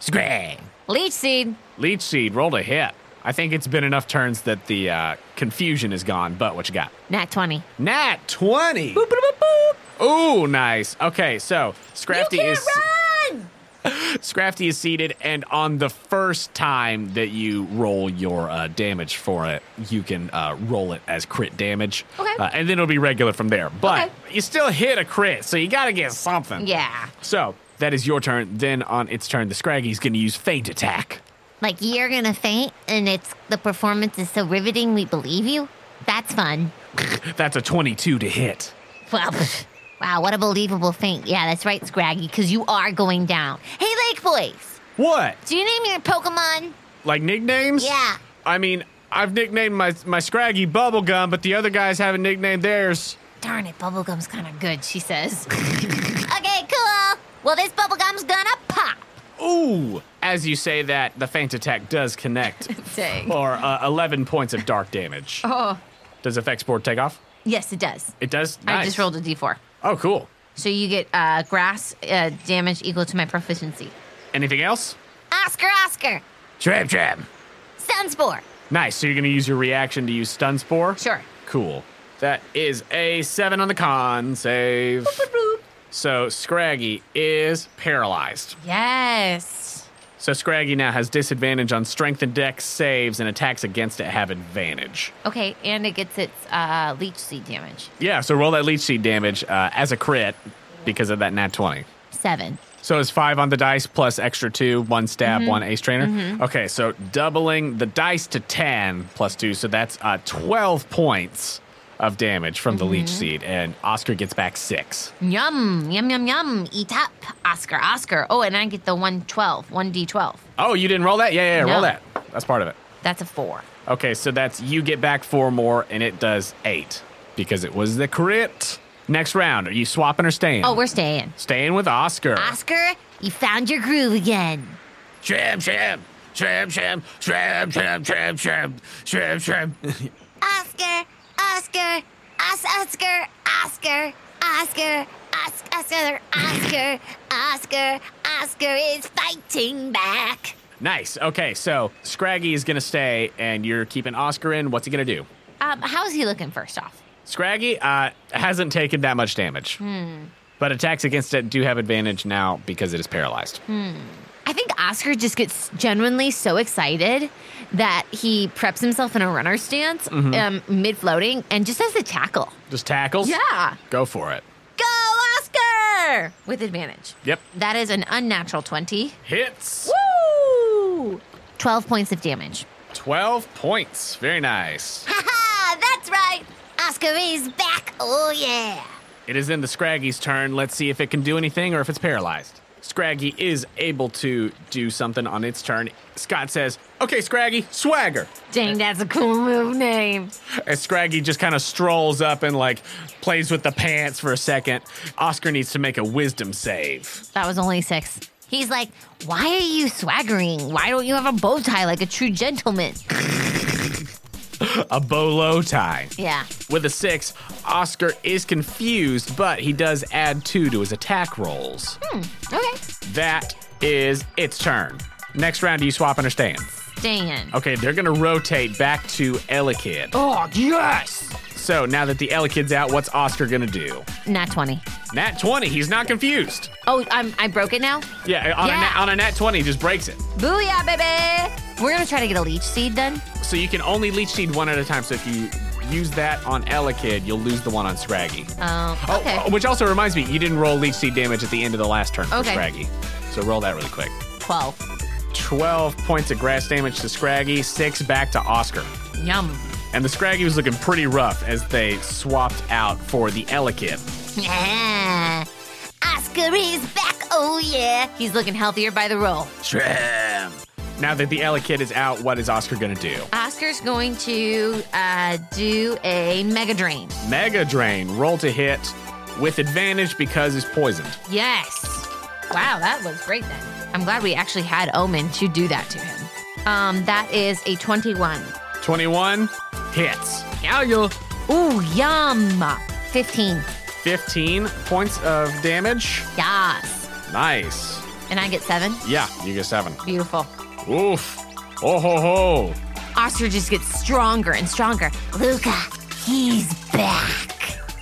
Speaker 2: Scrag!
Speaker 4: Leech seed.
Speaker 2: Leech Seed rolled a hit. I think it's been enough turns that the uh, confusion is gone, but what you got?
Speaker 4: Nat twenty.
Speaker 2: Nat 20! Ooh, nice. Okay, so Scrafty is. Scrafty is seated, and on the first time that you roll your uh, damage for it, you can uh, roll it as crit damage.
Speaker 4: Okay.
Speaker 2: Uh, and then it'll be regular from there. But
Speaker 4: Okay.
Speaker 2: you still hit a crit, so you got to get something.
Speaker 4: Yeah.
Speaker 2: So that is your turn. Then on its turn, the Scraggy's going to use Feint Attack.
Speaker 1: Like you're gonna faint, and it's the performance is so riveting we believe you. That's fun.
Speaker 2: That's a 22 to hit.
Speaker 1: Well, pff, wow, what a believable faint. Yeah, that's right, Scraggy, because you are going down. Hey, Lake Boys,
Speaker 2: What?
Speaker 1: do you name your Pokemon?
Speaker 2: Like nicknames?
Speaker 1: Yeah.
Speaker 2: I mean, I've nicknamed my, my Scraggy Bubblegum, but the other guys haven't nicknamed theirs.
Speaker 1: Darn it, bubblegum's kind of good, she says. okay, cool. Well, this bubblegum's gonna pop.
Speaker 2: Ooh! As you say that, the faint attack does connect
Speaker 4: Dang.
Speaker 2: for uh, 11 points of dark damage.
Speaker 4: Oh.
Speaker 2: Does effects board take off?
Speaker 4: Yes, it does.
Speaker 2: It does?
Speaker 4: I
Speaker 2: Nice.
Speaker 4: just rolled a d4.
Speaker 2: Oh, cool.
Speaker 4: So you get uh, grass uh, damage equal to my proficiency.
Speaker 2: Anything else?
Speaker 1: Oscar, Oscar,
Speaker 2: Trap, trap.
Speaker 1: Sunspore.
Speaker 2: Nice. So you're going to use your reaction to use Stun Spore?
Speaker 4: Sure.
Speaker 2: Cool. That is a seven on the con save. So Scraggy is paralyzed.
Speaker 4: Yes.
Speaker 2: So Scraggy now has disadvantage on strength and dex saves, and attacks against it have advantage.
Speaker 4: Okay, and it gets its uh, leech seed damage.
Speaker 2: Yeah, so roll that leech seed damage uh, as a crit because of that nat 20.
Speaker 4: Seven.
Speaker 2: So it's five on the dice plus extra two, one stab, one ace trainer. Okay, so doubling the dice to 10 plus two. So that's uh, 12 points of damage from the leech seed, and Oscar gets back six.
Speaker 4: Yum, yum, yum, yum. Eat up, Oscar, Oscar. Oh, and I get the 112, 1d12.
Speaker 2: Oh, you didn't roll that? Yeah, yeah, yeah
Speaker 4: No.
Speaker 2: roll that. That's part of it.
Speaker 4: That's a four.
Speaker 2: Okay, so that's you get back four more, and it does eight because it was the crit. Next round, are you swapping or staying?
Speaker 4: Oh, we're staying.
Speaker 2: staying with Oscar.
Speaker 1: Oscar, you found your groove again.
Speaker 2: Sham, sham, sham, sham, sham, sham, sham, sham, sham, sham.
Speaker 1: Oscar, Oscar, Os- Oscar, Oscar, Oscar, Os- Oscar, Oscar, Oscar, Oscar is fighting back.
Speaker 2: Nice. Okay, so Scraggy is gonna stay, and you're keeping Oscar in. What's he gonna do?
Speaker 4: Um, how's he looking first off?
Speaker 2: Scraggy uh, hasn't taken that much damage,
Speaker 4: Hmm.
Speaker 2: but attacks against it do have advantage now because it is paralyzed.
Speaker 4: Hmm. I think Oscar just gets genuinely so excited that he preps himself in a runner stance um, mid floating and just does a tackle.
Speaker 2: Just tackles.
Speaker 4: Yeah.
Speaker 2: Go for it.
Speaker 4: Go, Oscar! With advantage.
Speaker 2: Yep.
Speaker 4: That is an unnatural 20.
Speaker 2: Hits.
Speaker 4: Woo! 12 points of damage.
Speaker 2: 12 points. Very nice.
Speaker 1: Ha ha, that's right. Oscar is back. Oh yeah.
Speaker 2: It is in the Scraggy's turn. Let's see if it can do anything or if it's paralyzed. Scraggy is able to do something on its turn. Scott says, Okay, Scraggy, swagger.
Speaker 4: Dang, that's a cool move name.
Speaker 2: And Scraggy just kind of strolls up and like plays with the pants for a second. Oscar needs to make a wisdom save.
Speaker 4: That was only six.
Speaker 1: He's like, why are you swaggering? Why don't you have a bow tie like a true gentleman?
Speaker 2: A bolo tie.
Speaker 1: Yeah.
Speaker 2: With a six, Oscar is confused, but he does add two to his attack rolls.
Speaker 4: Okay.
Speaker 2: That is its turn. Next round, do you swap and stand?
Speaker 4: Dan.
Speaker 2: Okay, they're gonna rotate back to Elekid.
Speaker 4: Oh, yes!
Speaker 2: So now that the Elekid's out, what's Oscar gonna do?
Speaker 4: Nat 20.
Speaker 2: Nat 20, he's not confused.
Speaker 4: Oh, I'm, I broke it now?
Speaker 2: Yeah, on, A,
Speaker 4: Yeah.
Speaker 2: nat, on a nat 20, he just breaks it.
Speaker 4: Booyah, baby! We're gonna try to get a leech seed then.
Speaker 2: So you can only leech seed one at a time. So if you use that on Elekid, you'll lose the one on Scraggy.
Speaker 4: Oh,
Speaker 2: Oh,
Speaker 4: okay.
Speaker 2: oh, which also reminds me, you didn't roll leech seed damage at the end of the last turn for
Speaker 4: Okay.
Speaker 2: Scraggy. So roll that really quick.
Speaker 4: 12.
Speaker 2: 12 points of grass damage to Scraggy, 6 back to Oscar.
Speaker 4: Yum.
Speaker 2: And the Scraggy was looking pretty rough as they swapped out for the Elekid.
Speaker 1: Yeah. Oscar is back. Oh yeah.
Speaker 4: He's looking healthier by the roll.
Speaker 2: Shrim. Now that the Elekid is out, what is Oscar going to do?
Speaker 4: Oscar's going to uh, do a mega drain.
Speaker 2: Mega Drain, roll to hit with advantage because it's poisoned.
Speaker 4: Yes. Wow, that was great then. I'm glad we actually had Omen to do that to him. Um, that is a 21.
Speaker 2: 21 hits.
Speaker 4: Ooh, yum.
Speaker 1: 15.
Speaker 2: 15 points of damage.
Speaker 4: Yes.
Speaker 2: Nice.
Speaker 4: And I get seven.
Speaker 2: Yeah, you get 7.
Speaker 4: Beautiful.
Speaker 2: Oof. Oh ho ho.
Speaker 4: Oscar just gets stronger and stronger.
Speaker 1: Luca, he's back.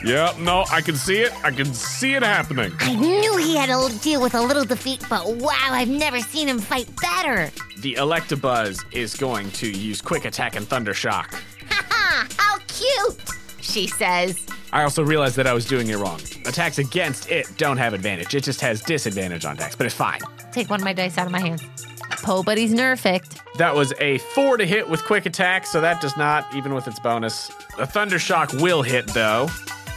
Speaker 3: Yep, no, I can see it. I can see it happening.
Speaker 1: I knew he had to deal with a little defeat, but wow, Oh, I've never seen him fight better.
Speaker 2: The Electabuzz is going to use Quick Attack and Thunder Shock.
Speaker 1: Haha, how cute!
Speaker 4: She says,
Speaker 2: I also realized that I was doing it wrong. Attacks against it don't have advantage. It just has disadvantage on attacks, but it's fine.
Speaker 4: Take one of my dice out of my hands. Poe Buddy's nerfed.
Speaker 2: That was a four to hit with quick attack, so that does not, even with its bonus. The Thunder Shock will hit, though.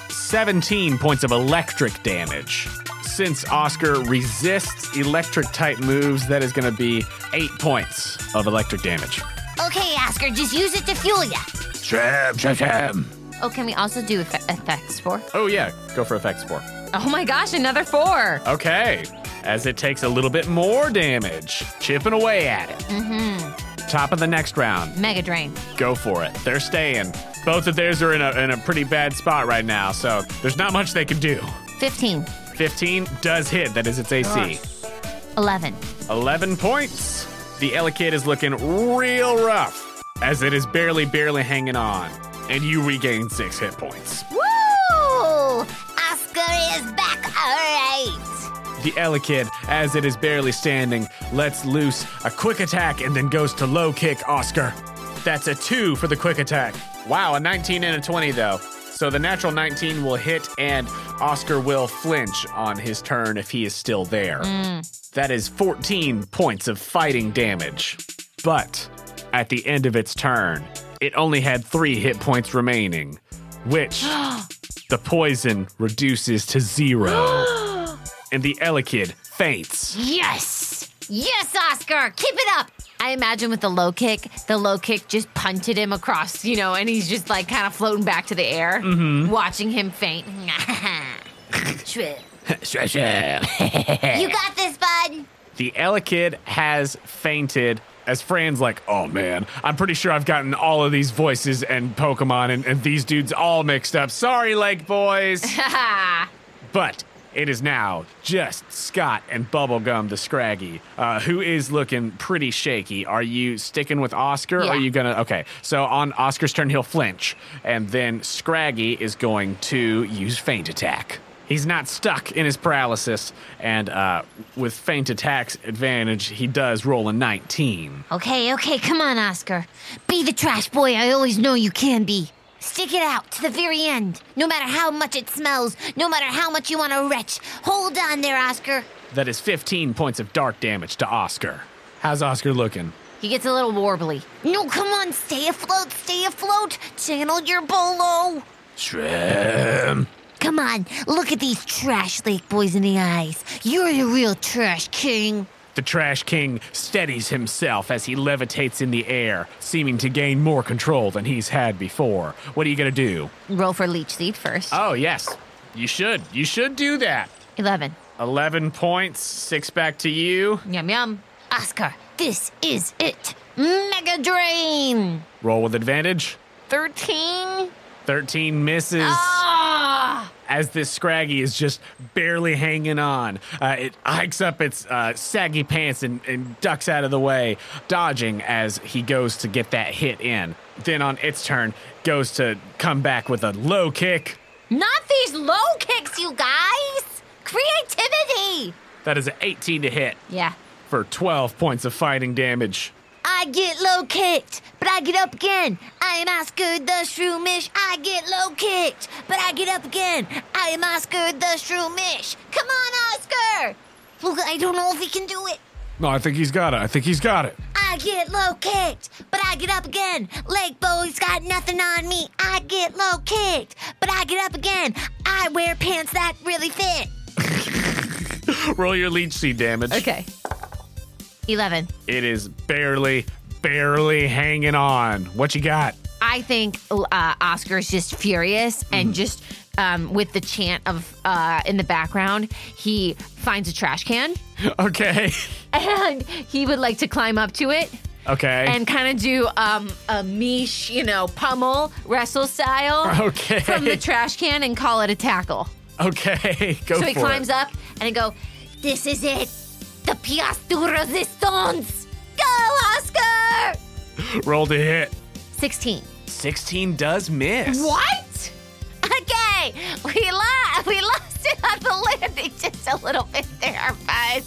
Speaker 2: 17 points of electric damage. Since Oscar resists electric type moves, that is going to be eight points of electric damage.
Speaker 1: Okay, Oscar, just use it to fuel ya.
Speaker 3: Sham, sham, sham.
Speaker 4: Oh, can we also do effe- effects for?
Speaker 2: Oh, yeah, go for effects four.
Speaker 4: Oh my gosh, another four.
Speaker 2: Okay, as it takes a little bit more damage, chipping away at it. Mm-hmm. Top of the next round.
Speaker 4: Mega drain.
Speaker 2: go for it. They're staying. Both of theirs are in a, in a pretty bad spot right now, so there's not much they can do.
Speaker 4: 15,
Speaker 2: 15 does hit, that is its AC.
Speaker 4: 11.
Speaker 2: 11 points. The Ella Kid is looking real rough as it is barely, barely hanging on. And you regain six hit points.
Speaker 1: Woo! Oscar is back, alright.
Speaker 2: The Ella Kid, as it is barely standing, lets loose a quick attack and then goes to low kick Oscar. That's a two for the quick attack. Wow, a 19 and a 20, though. So the natural 19 will hit, and Oscar will flinch on his turn if he is still there. That is 14 points of fighting damage. But at the end of its turn, it only had three hit points remaining, which the poison reduces to zero. and the Elekid faints.
Speaker 4: Yes! Yes, Oscar! Keep it up! I imagine with the low kick, the low kick just punted him across, you know, and he's just like kind of floating back to the air, watching him faint.
Speaker 1: True. You got this, bud.
Speaker 2: The Elekid has fainted. As Fran's like, oh man, I'm pretty sure I've gotten all of these voices and Pokemon and, and these dudes all mixed up. Sorry, Lake Boys. but it is now just Scott and Bubblegum the Scraggy, uh, who is looking pretty shaky. Are you sticking with Oscar? Or
Speaker 4: Yeah.
Speaker 2: are you gonna? Okay, so on Oscar's turn, he'll flinch, and then Scraggy is going to use feint attack. He's not stuck in his paralysis, and uh, with feint attack's advantage, he does roll a 19.
Speaker 1: Okay, okay, come on, Oscar. Be the trash boy I always know you can be. Stick it out to the very end. No matter how much it smells, no matter how much you want to retch. Hold on there, Oscar.
Speaker 2: That is 15 points of dark damage to Oscar. How's Oscar looking?
Speaker 4: he gets a little warbly.
Speaker 1: No, come on, stay afloat, stay afloat. Channel your bolo.
Speaker 3: Sham.
Speaker 1: Come on, look at these trash lake boys in the eyes. You're the real trash king.
Speaker 2: The Trash King steadies himself as he levitates in the air, seeming to gain more control than he's had before. What are you going to do?
Speaker 4: Roll for leech seed first.
Speaker 2: Oh, yes. You should. You should do that.
Speaker 4: 11.
Speaker 2: 11 points, six back to you.
Speaker 4: Yum, yum.
Speaker 1: Oscar, this is it. Hmm? Mega Drain.
Speaker 2: Roll with advantage.
Speaker 4: 13.
Speaker 2: 13 misses.
Speaker 4: Ah!
Speaker 2: As this Scraggy is just barely hanging on, uh, it hikes up its uh, saggy pants and, and ducks out of the way, dodging as he goes to get that hit in. Then on its turn, goes to come back with a low kick.
Speaker 4: Not these low kicks, you guys!
Speaker 1: Ice. Creativity.
Speaker 2: That is an 18 to hit
Speaker 4: Yeah.
Speaker 2: for 12 points of fighting damage.
Speaker 1: I get low kicked, but I get up again. I am Oscar the Shroomish. I get low kicked, but I get up again. I am Oscar the Shroomish. Come on, Oscar. Look, I don't know if he can do it.
Speaker 3: No, I think he's got it. I think he's got it.
Speaker 1: I get low kicked, but I get up again. Lake Bowie's got nothing on me. I get low kicked, but I get up again. I wear pants that really fit.
Speaker 2: Roll your leech seed damage.
Speaker 4: Okay. 11.
Speaker 2: It is barely, barely hanging on. What you got?
Speaker 4: I think uh, Oscar is just furious
Speaker 2: Mm-hmm.
Speaker 4: and just um, with the chant of uh, in the background, he finds a trash can
Speaker 2: Okay.
Speaker 4: and he would like to climb up to it
Speaker 2: Okay.
Speaker 4: and kind of do um, a mish, you know, pummel wrestle style
Speaker 2: Okay.
Speaker 4: from the trash can and call it a tackle.
Speaker 2: okay. Go
Speaker 4: so he
Speaker 2: for
Speaker 4: climbs
Speaker 2: it.
Speaker 4: up and I go,
Speaker 1: This is it. The Pias de Resistance. Go, Oscar!
Speaker 2: Roll to hit.
Speaker 4: 16.
Speaker 2: 16 does miss.
Speaker 4: What?
Speaker 1: Okay, we lost it on the landing just a little bit there, bud.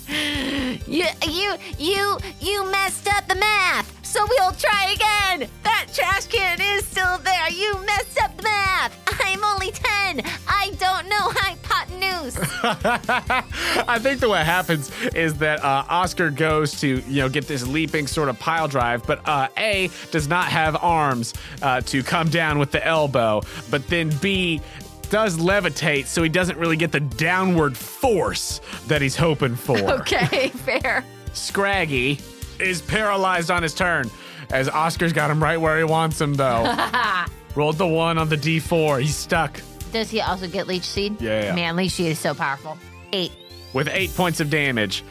Speaker 1: You, you, you, you messed up the math. So we'll try again. That trash can is still there. You messed up the math. I'm only 10. I don't know hypotenuse.
Speaker 2: I think that what happens is that uh, Oscar goes to you know get this leaping sort of pile drive, but uh, A does not have arms uh, to come down with the elbow, but then B does levitate, so he doesn't really get the downward force that he's hoping for.
Speaker 4: Okay, fair.
Speaker 2: Scraggy is paralyzed on his turn, as Oscar's got him right where he wants him though. Rolled the one on the D4. He's stuck
Speaker 4: Does he also get leech seed?
Speaker 2: Yeah.
Speaker 4: Man, leech seed is so powerful. Eight.
Speaker 2: with eight points of damage.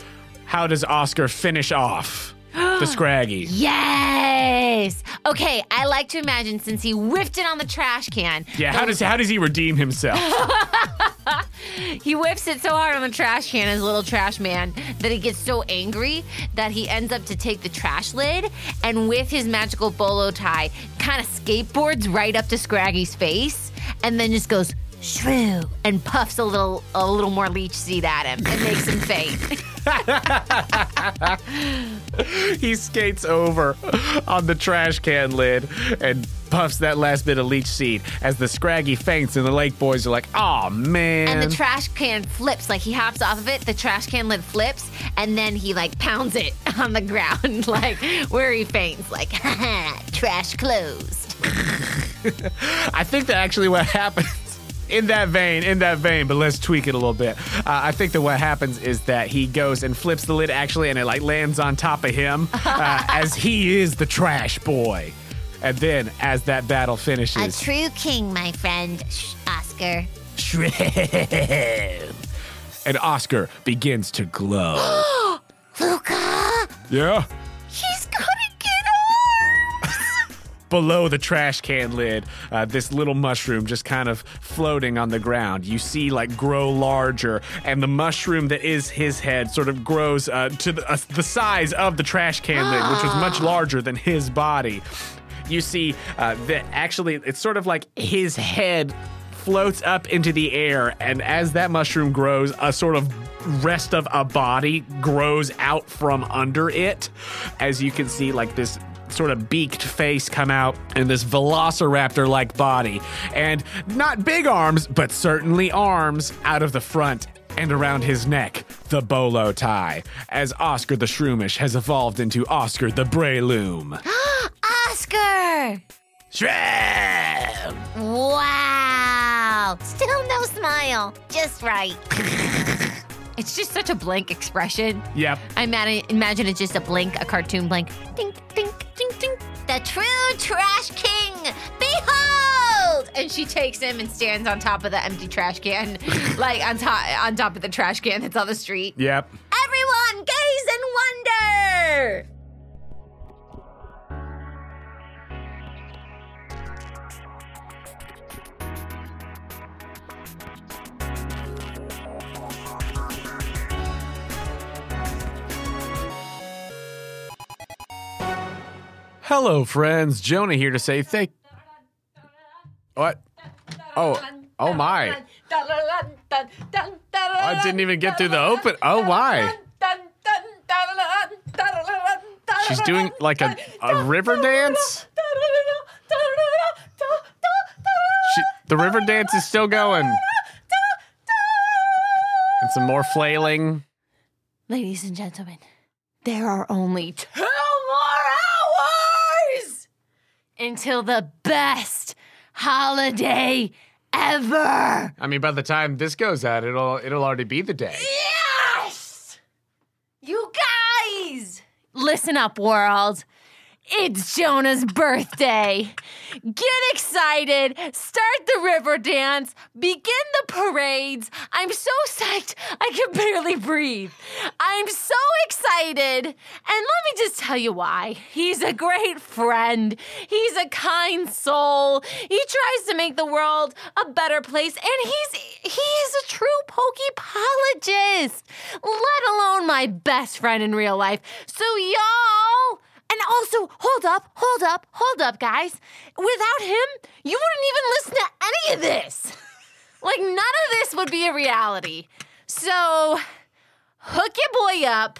Speaker 2: How does Oscar finish off the Scraggy?
Speaker 4: Yes. Okay, I like to imagine since he whiffed it on the trash can.
Speaker 2: Yeah, how does how does he redeem himself?
Speaker 4: He whiffs it so hard on the trash can, his little trash man, that he gets so angry that he ends up to take the trash lid and with his magical bolo tie, kind of skateboards right up to Scraggy's face and then just goes shrew and puffs a little a little more leech seed at him and makes him faint.
Speaker 2: he skates over on the trash can lid and puffs that last bit of leech seed as the Scraggy faints and the Lake Boys are like, "Oh man!"
Speaker 4: and the trash can flips like he hops off of it the trash can lid flips and then he like pounds it on the ground like where he faints like "Ha ha, trash closed
Speaker 2: I think that actually what happens. In that vein, in that vein, but let's tweak it a little bit. Uh, I think that what happens is that he goes and flips the lid actually, and it like lands on top of him uh, as he is the trash boy. And then, as that battle
Speaker 1: A
Speaker 2: finishes,
Speaker 1: true king, my friend, Sh- Oscar.
Speaker 2: Shrim. And Oscar begins to glow.
Speaker 1: Luca,
Speaker 3: Yeah?
Speaker 1: he's gonna get arms.
Speaker 2: Below the trash can lid, uh, this little mushroom just kind of floating on the ground. You see, like, grow larger, and the mushroom that is his head sort of grows uh, to the, uh, the size of the trash can lid, which was much larger than his body. You see uh, that actually it's sort of like his head floats up into the air, and as that mushroom grows, a sort of rest of a body grows out from under it. As you can see, like this sort of beaked face come out and this velociraptor like body, and not big arms, but certainly arms out of the front. And around his neck, the bolo tie, as Oscar the Shroomish has evolved into Oscar the Breloom.
Speaker 1: Oscar!
Speaker 2: Shroom!
Speaker 1: Wow! Still no smile. Just right.
Speaker 4: it's just such a blank expression
Speaker 2: Yep.
Speaker 4: i ima- imagine it's just a blink a cartoon blink
Speaker 1: Dink, dink, dink, dink. The true trash king! Behold!
Speaker 4: and she takes him and stands on top of the empty trash can like on top on top of the trash can that's on the street
Speaker 2: Yep.
Speaker 1: Everyone, gaze and wonder!
Speaker 2: Hello, friends. Jonah here to say thank. What? Oh, oh my! I
Speaker 4: I
Speaker 2: didn't even get through the open. Oh my! She's doing like a, a river dance. She, the river dance is still going. And some more flailing.
Speaker 4: Ladies and gentlemen, there are only two more hours until the best holiday ever.
Speaker 2: I mean, by the time this goes out, it'll it'll already be the day.
Speaker 4: Yes! You guys! Listen up, world. It's Jonah's birthday. Get excited. Start the river dance. Begin the parades. I'm so psyched. I can barely breathe. I'm so excited. And let me just tell you why. He's a great friend. He's a kind soul. He tries to make the world a better place and he's he is a true pokepologist. Let alone my best friend in real life. So y'all and also, hold up, hold up, hold up, guys. Without him, you wouldn't even listen to any of this. Like none of this would be a reality. So hook your boy up.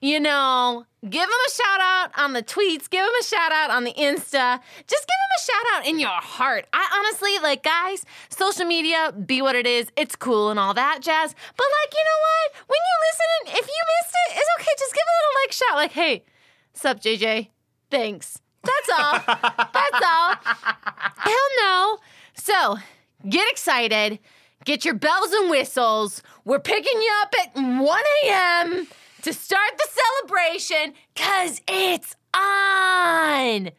Speaker 4: You know, give him a shout out on the tweets, give him a shout out on the Insta. Just give him a shout out in your heart. I honestly like guys, social media be what it is. It's cool and all that jazz. But like, you know what? When you listen, if you missed it, it's okay. Just give a little like shout like, "Hey, sup JJ? Thanks." That's all. That's all. Hell no. So get excited, get your bells and whistles. We're picking you up at 1 a.m. to start the celebration because it's on.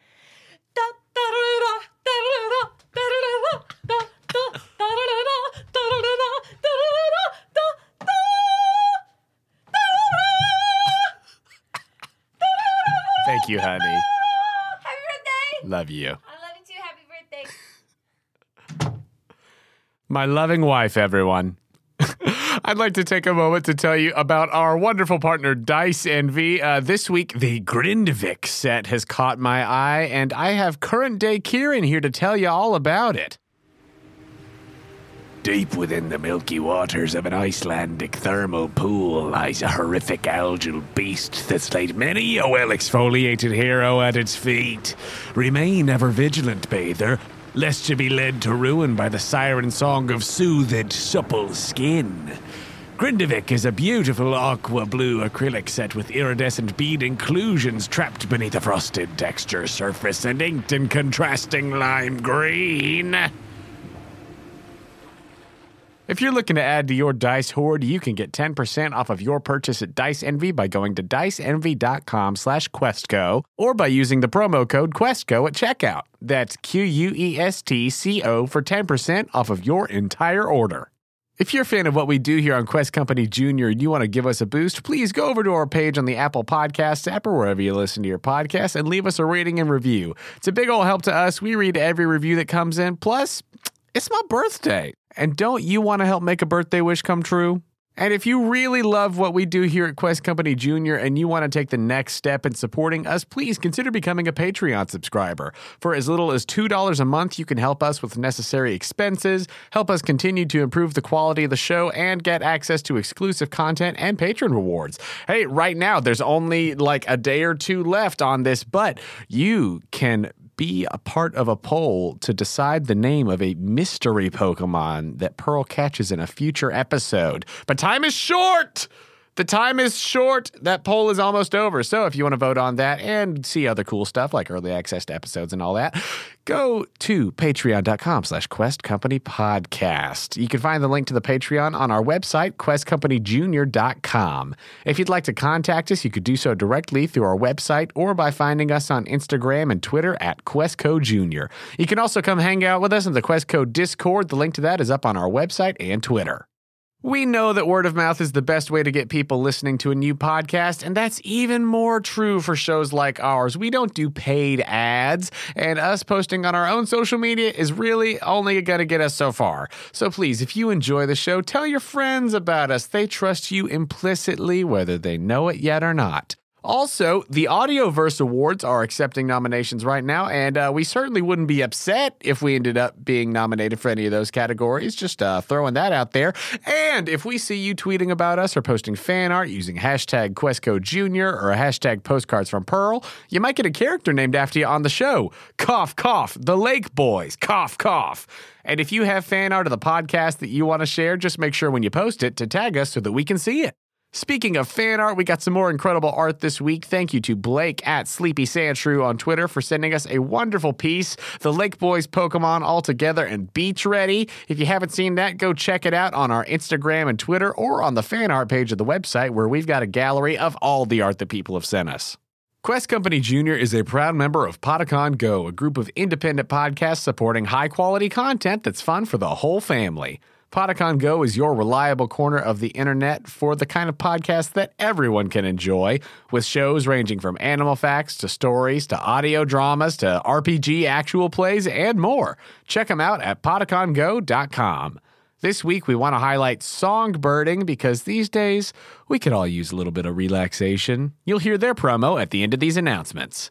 Speaker 2: Thank you, honey.
Speaker 4: Happy birthday!
Speaker 2: Love you.
Speaker 4: I love you too. Happy birthday.
Speaker 2: My loving wife, everyone. I'd like to take a moment to tell you about our wonderful partner, Dice NV. Uh, this week, the Grindvik set has caught my eye, and I have current day Kieran here to tell you all about it. Deep within the milky waters of an Icelandic thermal pool lies a horrific algal beast that's laid many a well exfoliated hero at its feet. Remain ever vigilant, bather, lest you be led to ruin by the siren song of soothed, supple skin. Grindavik is a beautiful aqua blue acrylic set with iridescent bead inclusions trapped beneath a frosted texture surface and inked in contrasting lime green. If you're looking to add to your dice hoard, you can get 10% off of your purchase at Dice Envy by going to diceenvy.com slash questco or by using the promo code questco at checkout. That's E Q-U-E-S-T-C-O for 10% off of your entire order. If you're a fan of what we do here on Quest Company Junior and you want to give us a boost, please go over to our page on the Apple Podcast app or wherever you listen to your podcast and leave us a rating and review. It's a big old help to us. We read every review that comes in. Plus, it's my birthday. And don't you want to help make a birthday wish come true? And if you really love what we do here at Quest Company Junior and you want to take the next step in supporting us, please consider becoming a Patreon subscriber. For as little as $2 a month, you can help us with necessary expenses, help us continue to improve the quality of the show, and get access to exclusive content and patron rewards. Hey, right now, there's only like a day or two left on this, but you can be a part of a poll to decide the name of a mystery Pokemon that Pearl catches in a future episode. But time is short! The time is short. That poll is almost over. So if you want to vote on that and see other cool stuff like early access to episodes and all that, go to patreon.com slash quest company podcast. You can find the link to the Patreon on our website, questcompanyjunior.com. If you'd like to contact us, you could do so directly through our website or by finding us on Instagram and Twitter at Questco Junior. You can also come hang out with us in the Questco Discord. The link to that is up on our website and Twitter. We know that word of mouth is the best way to get people listening to a new podcast, and that's even more true for shows like ours. We don't do paid ads, and us posting on our own social media is really only going to get us so far. So please, if you enjoy the show, tell your friends about us. They trust you implicitly, whether they know it yet or not. Also, the Audioverse Awards are accepting nominations right now, and uh, we certainly wouldn't be upset if we ended up being nominated for any of those categories. Just uh, throwing that out there. And if we see you tweeting about us or posting fan art using hashtag Questco Junior or hashtag Postcards from Pearl, you might get a character named after you on the show. Cough, cough. The Lake Boys. Cough, cough. And if you have fan art of the podcast that you want to share, just make sure when you post it to tag us so that we can see it. Speaking of fan art, we got some more incredible art this week. Thank you to Blake at Sleepy Sandshrew on Twitter for sending us a wonderful piece, The Lake Boys Pokemon All Together and Beach Ready. If you haven't seen that, go check it out on our Instagram and Twitter or on the fan art page of the website where we've got a gallery of all the art that people have sent us. Quest Company Jr. is a proud member of Podicon Go, a group of independent podcasts supporting high quality content that's fun for the whole family. Podicon Go is your reliable corner of the internet for the kind of podcast that everyone can enjoy, with shows ranging from animal facts to stories to audio dramas to RPG actual plays and more. Check them out at podicongo.com. This week, we want to highlight songbirding because these days we could all use a little bit of relaxation. You'll hear their promo at the end of these announcements.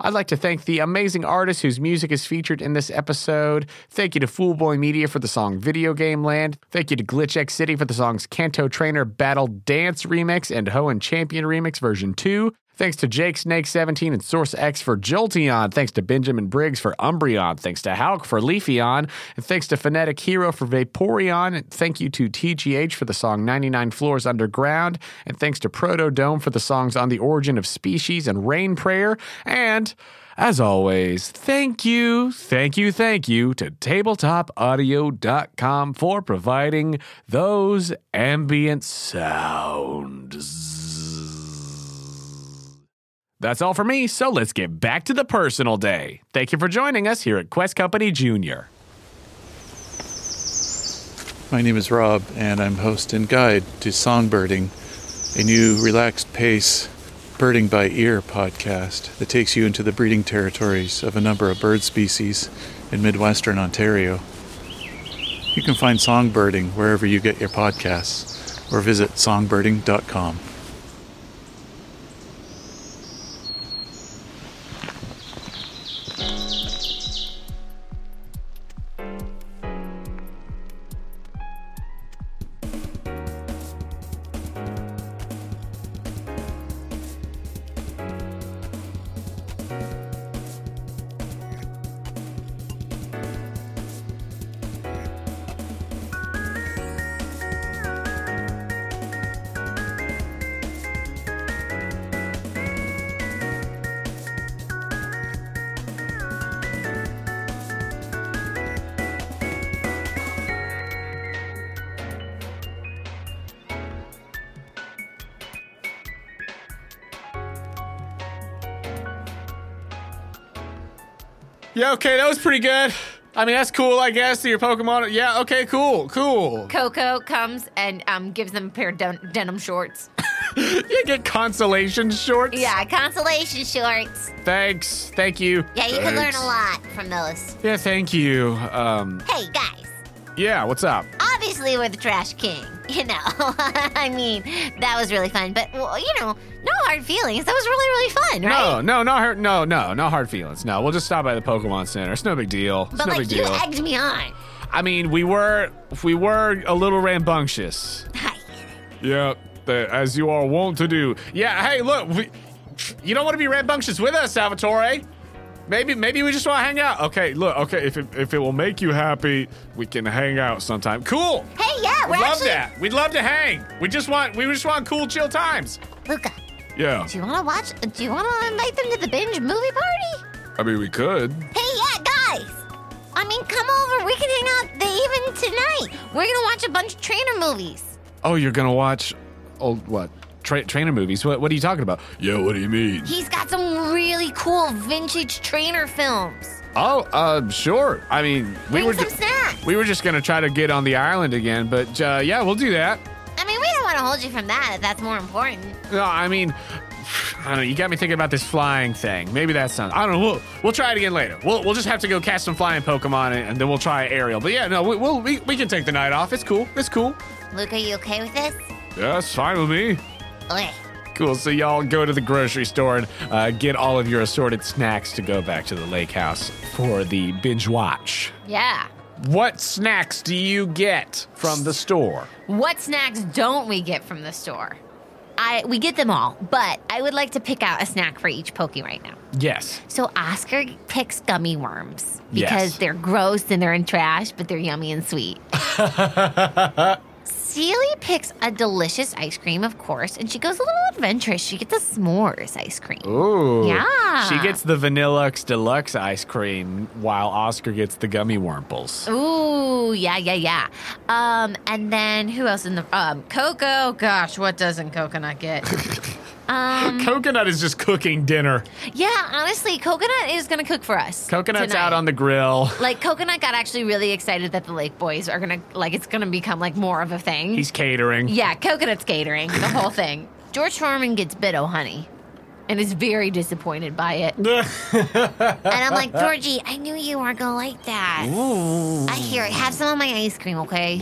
Speaker 2: I'd like to thank the amazing artists whose music is featured in this episode. Thank you to Foolboy Media for the song Video Game Land. Thank you to Glitch X City for the songs Canto Trainer Battle Dance Remix and Hoenn Champion Remix Version 2. Thanks to Jake Snake 17 and Source X for Jolteon. Thanks to Benjamin Briggs for Umbreon. Thanks to Hauk for Leafeon. And thanks to Phonetic Hero for Vaporeon. And thank you to TGH for the song 99 Floors Underground. And thanks to Proto Dome for the songs On the Origin of Species and Rain Prayer. And as always, thank you, thank you, thank you to tabletopaudio.com for providing those ambient sounds. That's all for me, so let's get back to the personal day. Thank you for joining us here at Quest Company Junior.
Speaker 5: My name is Rob, and I'm host and guide to Songbirding, a new relaxed pace birding by ear podcast that takes you into the breeding territories of a number of bird species in Midwestern Ontario. You can find Songbirding wherever you get your podcasts or visit songbirding.com.
Speaker 2: Yeah, okay, that was pretty good. I mean, that's cool, I guess, your Pokemon. Yeah, okay, cool, cool.
Speaker 4: Coco comes and um, gives them a pair of den- denim shorts.
Speaker 2: You get consolation shorts?
Speaker 1: Yeah, consolation shorts.
Speaker 2: Thanks, thank you.
Speaker 1: Yeah, you can learn
Speaker 3: Thanks.
Speaker 1: a lot from those.
Speaker 2: Yeah, thank you. Um,
Speaker 1: Hey, guys.
Speaker 2: yeah, what's up?
Speaker 1: Obviously, we're the trash king. You know, I mean, that was really fun. But, well, you know, no hard feelings. That was really, really fun, right?
Speaker 2: No, Oh, no, no, hurt, no, no, no hard feelings. No, we'll just stop by the Pokemon Center. It's no big deal. It's
Speaker 1: But
Speaker 2: no
Speaker 1: like
Speaker 2: big
Speaker 1: you
Speaker 2: deal.
Speaker 1: egged me on.
Speaker 2: I mean, we were we were a little rambunctious.
Speaker 1: Hi.
Speaker 3: Yeah, th- as you are wont to do.
Speaker 2: Yeah. Hey, look, we, you don't want to be rambunctious with us, Salvatore. Maybe maybe we just want to hang out.
Speaker 3: Okay, look, okay, if it, if it will make you happy, we can hang out sometime.
Speaker 2: Cool.
Speaker 1: Hey, yeah, we're
Speaker 2: We'd love
Speaker 1: actually.
Speaker 2: that. We'd love to hang. We just want we just want cool chill times.
Speaker 1: Luca,
Speaker 3: Yeah,
Speaker 1: do you want to watch? Do you want to invite them to the binge movie party?
Speaker 3: I mean, we could.
Speaker 1: Hey, yeah, guys! I mean, come over. We can hang out th- even tonight. We're gonna watch a bunch of trainer movies.
Speaker 2: Oh, you're gonna watch old what Tra- trainer movies? What what are you talking about?
Speaker 3: Yeah, what do you mean?
Speaker 1: He's got some really cool vintage trainer films.
Speaker 2: Oh, uh, sure. I mean, we
Speaker 1: Bring
Speaker 2: were
Speaker 1: some
Speaker 2: ju-
Speaker 1: snacks.
Speaker 2: we were just gonna try to get on the island again, but uh, yeah, we'll do that.
Speaker 1: I mean, we don't want to hold you from that. If that's more important.
Speaker 2: No, I mean, I don't know. You got me thinking about this flying thing. Maybe that's something. I don't know. We'll, we'll try it again later. We'll, we'll just have to go catch some flying Pokemon and, and then we'll try aerial. But yeah, no, we, we'll, we, we can take the night off. It's cool. It's cool.
Speaker 1: Luke, are you okay with this?
Speaker 3: Yeah, it's fine with me.
Speaker 1: Okay.
Speaker 2: Cool. So y'all go to the grocery store and uh, get all of your assorted snacks to go back to the lake house for the binge watch.
Speaker 4: yeah.
Speaker 2: What snacks do you get from the store?
Speaker 4: What snacks don't we get from the store? I we get them all, but I would like to pick out a snack for each pokey right now.
Speaker 2: Yes.
Speaker 4: So Oscar picks gummy worms
Speaker 2: Yes.
Speaker 4: because they're gross and they're in trash, but they're yummy and sweet. Celie picks a delicious ice cream, of course, and she goes a little adventurous. She gets a s'mores ice cream.
Speaker 2: Ooh.
Speaker 4: Yeah.
Speaker 2: She gets the Vanillux Deluxe ice cream while Oscar gets the gummy wormples.
Speaker 4: Ooh, yeah, yeah, yeah. Um, and then who else in the um Coco? Gosh, what doesn't Coconut get? um,
Speaker 2: Coconut is just cooking dinner.
Speaker 4: yeah, honestly, Coconut is gonna cook for us.
Speaker 2: Coconut's
Speaker 4: tonight.
Speaker 2: out on the grill.
Speaker 4: Like Coconut got actually really excited that the Lake Boys are gonna like it's gonna become like more of a thing.
Speaker 2: He's catering.
Speaker 4: yeah, Coconut's catering the whole thing. George Foreman gets Bitto honey. and is very disappointed by it.
Speaker 1: And I'm like, Georgie, I knew you weren't gonna like that. I hear it. Have some of my ice cream, okay?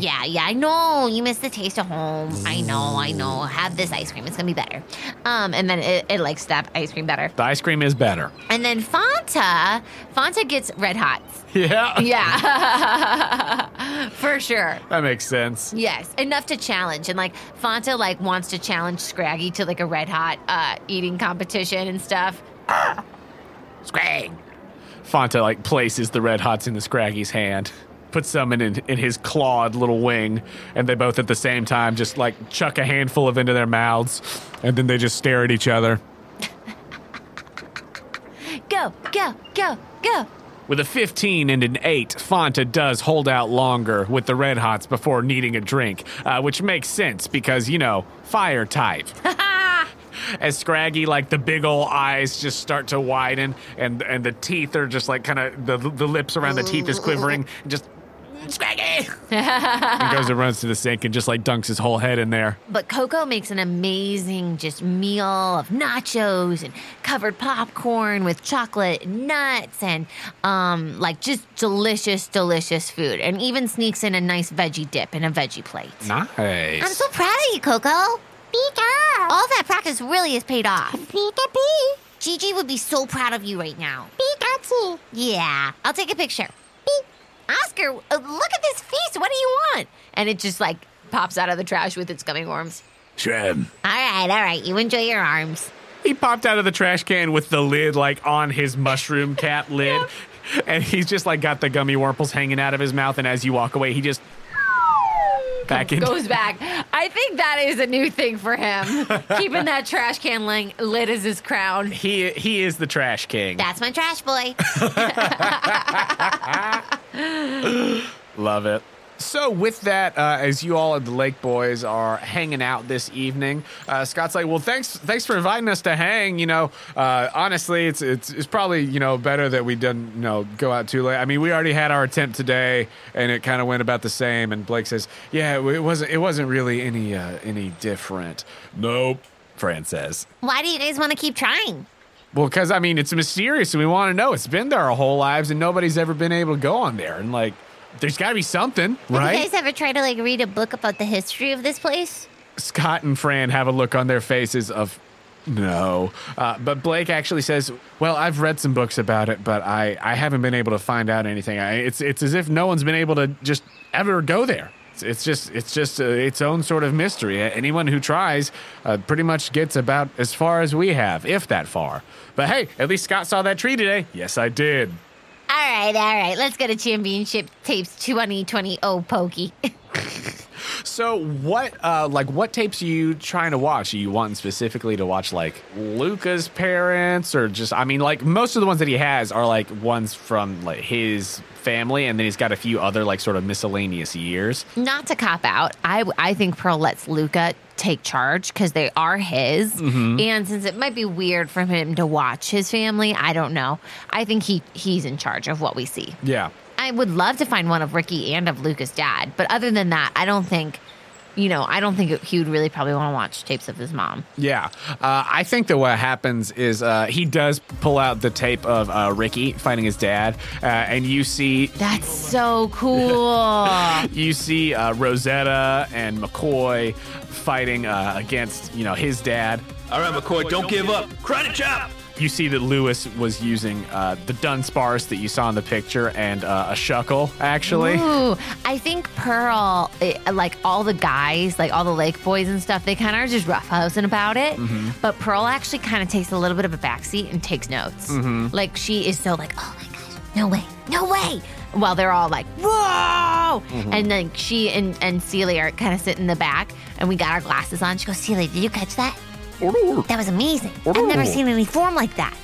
Speaker 1: Yeah, yeah, I know. You miss the taste of home. I know, I know. Have this ice cream. It's gonna be better. Um, and then it, it likes that ice cream better.
Speaker 2: The ice cream is better.
Speaker 4: And then Fanta, Fanta gets red hot.
Speaker 2: Yeah.
Speaker 4: Yeah, for sure.
Speaker 2: That makes sense.
Speaker 4: Yes, enough to challenge, and like Fanta like wants to challenge Scraggy to like a red hot uh, eating competition and stuff.
Speaker 2: Fanta like places the red hots in the Scraggy's hand, puts some in, in in his clawed little wing, and they both at the same time just like chuck a handful of into their mouths, and then they just stare at each other.
Speaker 4: Go, go, go, go.
Speaker 2: With a 15 and an 8, Fanta does hold out longer with the Red Hots before needing a drink, uh, which makes sense because, you know, fire type. As Scraggy, like the big ol' eyes just start to widen, and and the teeth are just like kind of the the lips around the teeth
Speaker 4: Mm.
Speaker 2: is quivering, and just Scraggy, and goes and runs to the sink and just like dunks his whole head in there.
Speaker 4: But Coco makes an amazing just meal of nachos and covered popcorn with chocolate and nuts and um like just delicious, delicious food. And even sneaks in a nice veggie dip and a veggie plate.
Speaker 1: I'm
Speaker 2: Nice.
Speaker 1: so proud of you, Coco.
Speaker 6: Pika!
Speaker 1: All that practice really has paid off.
Speaker 6: Pika Pee!
Speaker 1: Gigi would be so proud of you right now.
Speaker 6: Pikachu!
Speaker 1: Yeah, I'll take a picture.
Speaker 6: Pika!
Speaker 4: Oscar, uh, look at this feast. What do you want? And it just like pops out of the trash with its gummy worms.
Speaker 3: Shrem.
Speaker 1: All right, all right. You enjoy your arms.
Speaker 2: He popped out of the trash can with the lid like on his mushroom cap lid. And he's just like got the gummy wormples hanging out of his mouth, and as you walk away, he just back in.
Speaker 4: Goes back. I think that is a new thing for him. Keeping that trash can ling- lid as his crown.
Speaker 2: He he is the trash king.
Speaker 1: That's my trash boy.
Speaker 2: Love it. So with that, uh, as you all at the Lake Boys are hanging out this evening, uh, Scott's like, "Well, thanks, thanks for inviting us to hang." You know, uh, honestly, it's it's it's probably you know better that we didn't you know go out too late. I mean, we already had our attempt today, and it kind of went about the same. And Blake says, "Yeah, it wasn't it wasn't really any uh, any different."
Speaker 3: Nope.
Speaker 2: Fran says,
Speaker 1: Why do you guys want to keep trying?
Speaker 2: Well, because I mean, it's mysterious, and we want to know. It's been there our whole lives, and nobody's ever been able to go on there. And like, there's got to be something,
Speaker 1: Have you
Speaker 2: right?
Speaker 1: guys ever tried to like read a book about the history of this place?
Speaker 2: Scott and Fran have a look on their faces of no, uh, but Blake actually says, "Well, I've read some books about it, but I I haven't been able to find out anything. I, it's it's as if no one's been able to just ever go there." It's- It's just, it's just uh, its own sort of mystery. A- Anyone who tries uh, pretty much gets about as far as we have, if that far. But hey, at least Scott saw that tree today. Yes, I did.
Speaker 1: All right, all right. Let's go to championship tapes 2020. Oh, pokey.
Speaker 2: So what uh like what tapes are you trying to watch? Are you wanting specifically to watch like Luca's parents or just I mean like most of the ones that he has are like ones from like his family and then he's got a few other like sort of miscellaneous years.
Speaker 4: not to cop out, I, I think Pearl lets Luca take charge because they are his. And since it might be weird for him to watch his family, I don't know. I think he, he's in charge of what we see.
Speaker 2: Yeah.
Speaker 4: I would love to find one of Ricky and of Luca's dad. But other than that, I don't think, you know, I don't think he would really probably want to watch tapes of his mom.
Speaker 2: Yeah, uh, I think that what happens is uh, he does pull out the tape of uh, Ricky fighting his dad, uh, and you see
Speaker 4: That's so cool.
Speaker 2: you see uh, Rosetta and McCoy fighting uh, against you know his dad.
Speaker 7: All right, McCoy, don't give up. Credit chop.
Speaker 2: You see that Lewis was using uh, the Dunsparce that you saw in the picture and uh, a shuckle, actually.
Speaker 4: Ooh, I think Pearl, it, like all the guys, like all the lake boys and stuff, they kind of are just roughhousing about it. But Pearl actually kind of takes a little bit of a backseat and takes notes. Like she is so like, oh my gosh, no way, no way. While they're all like, whoa! And then she and, and Celia are kind of sitting in the back, and we got our glasses on. She goes, Celia, did you catch that?
Speaker 1: That was amazing. I've never seen any form like that.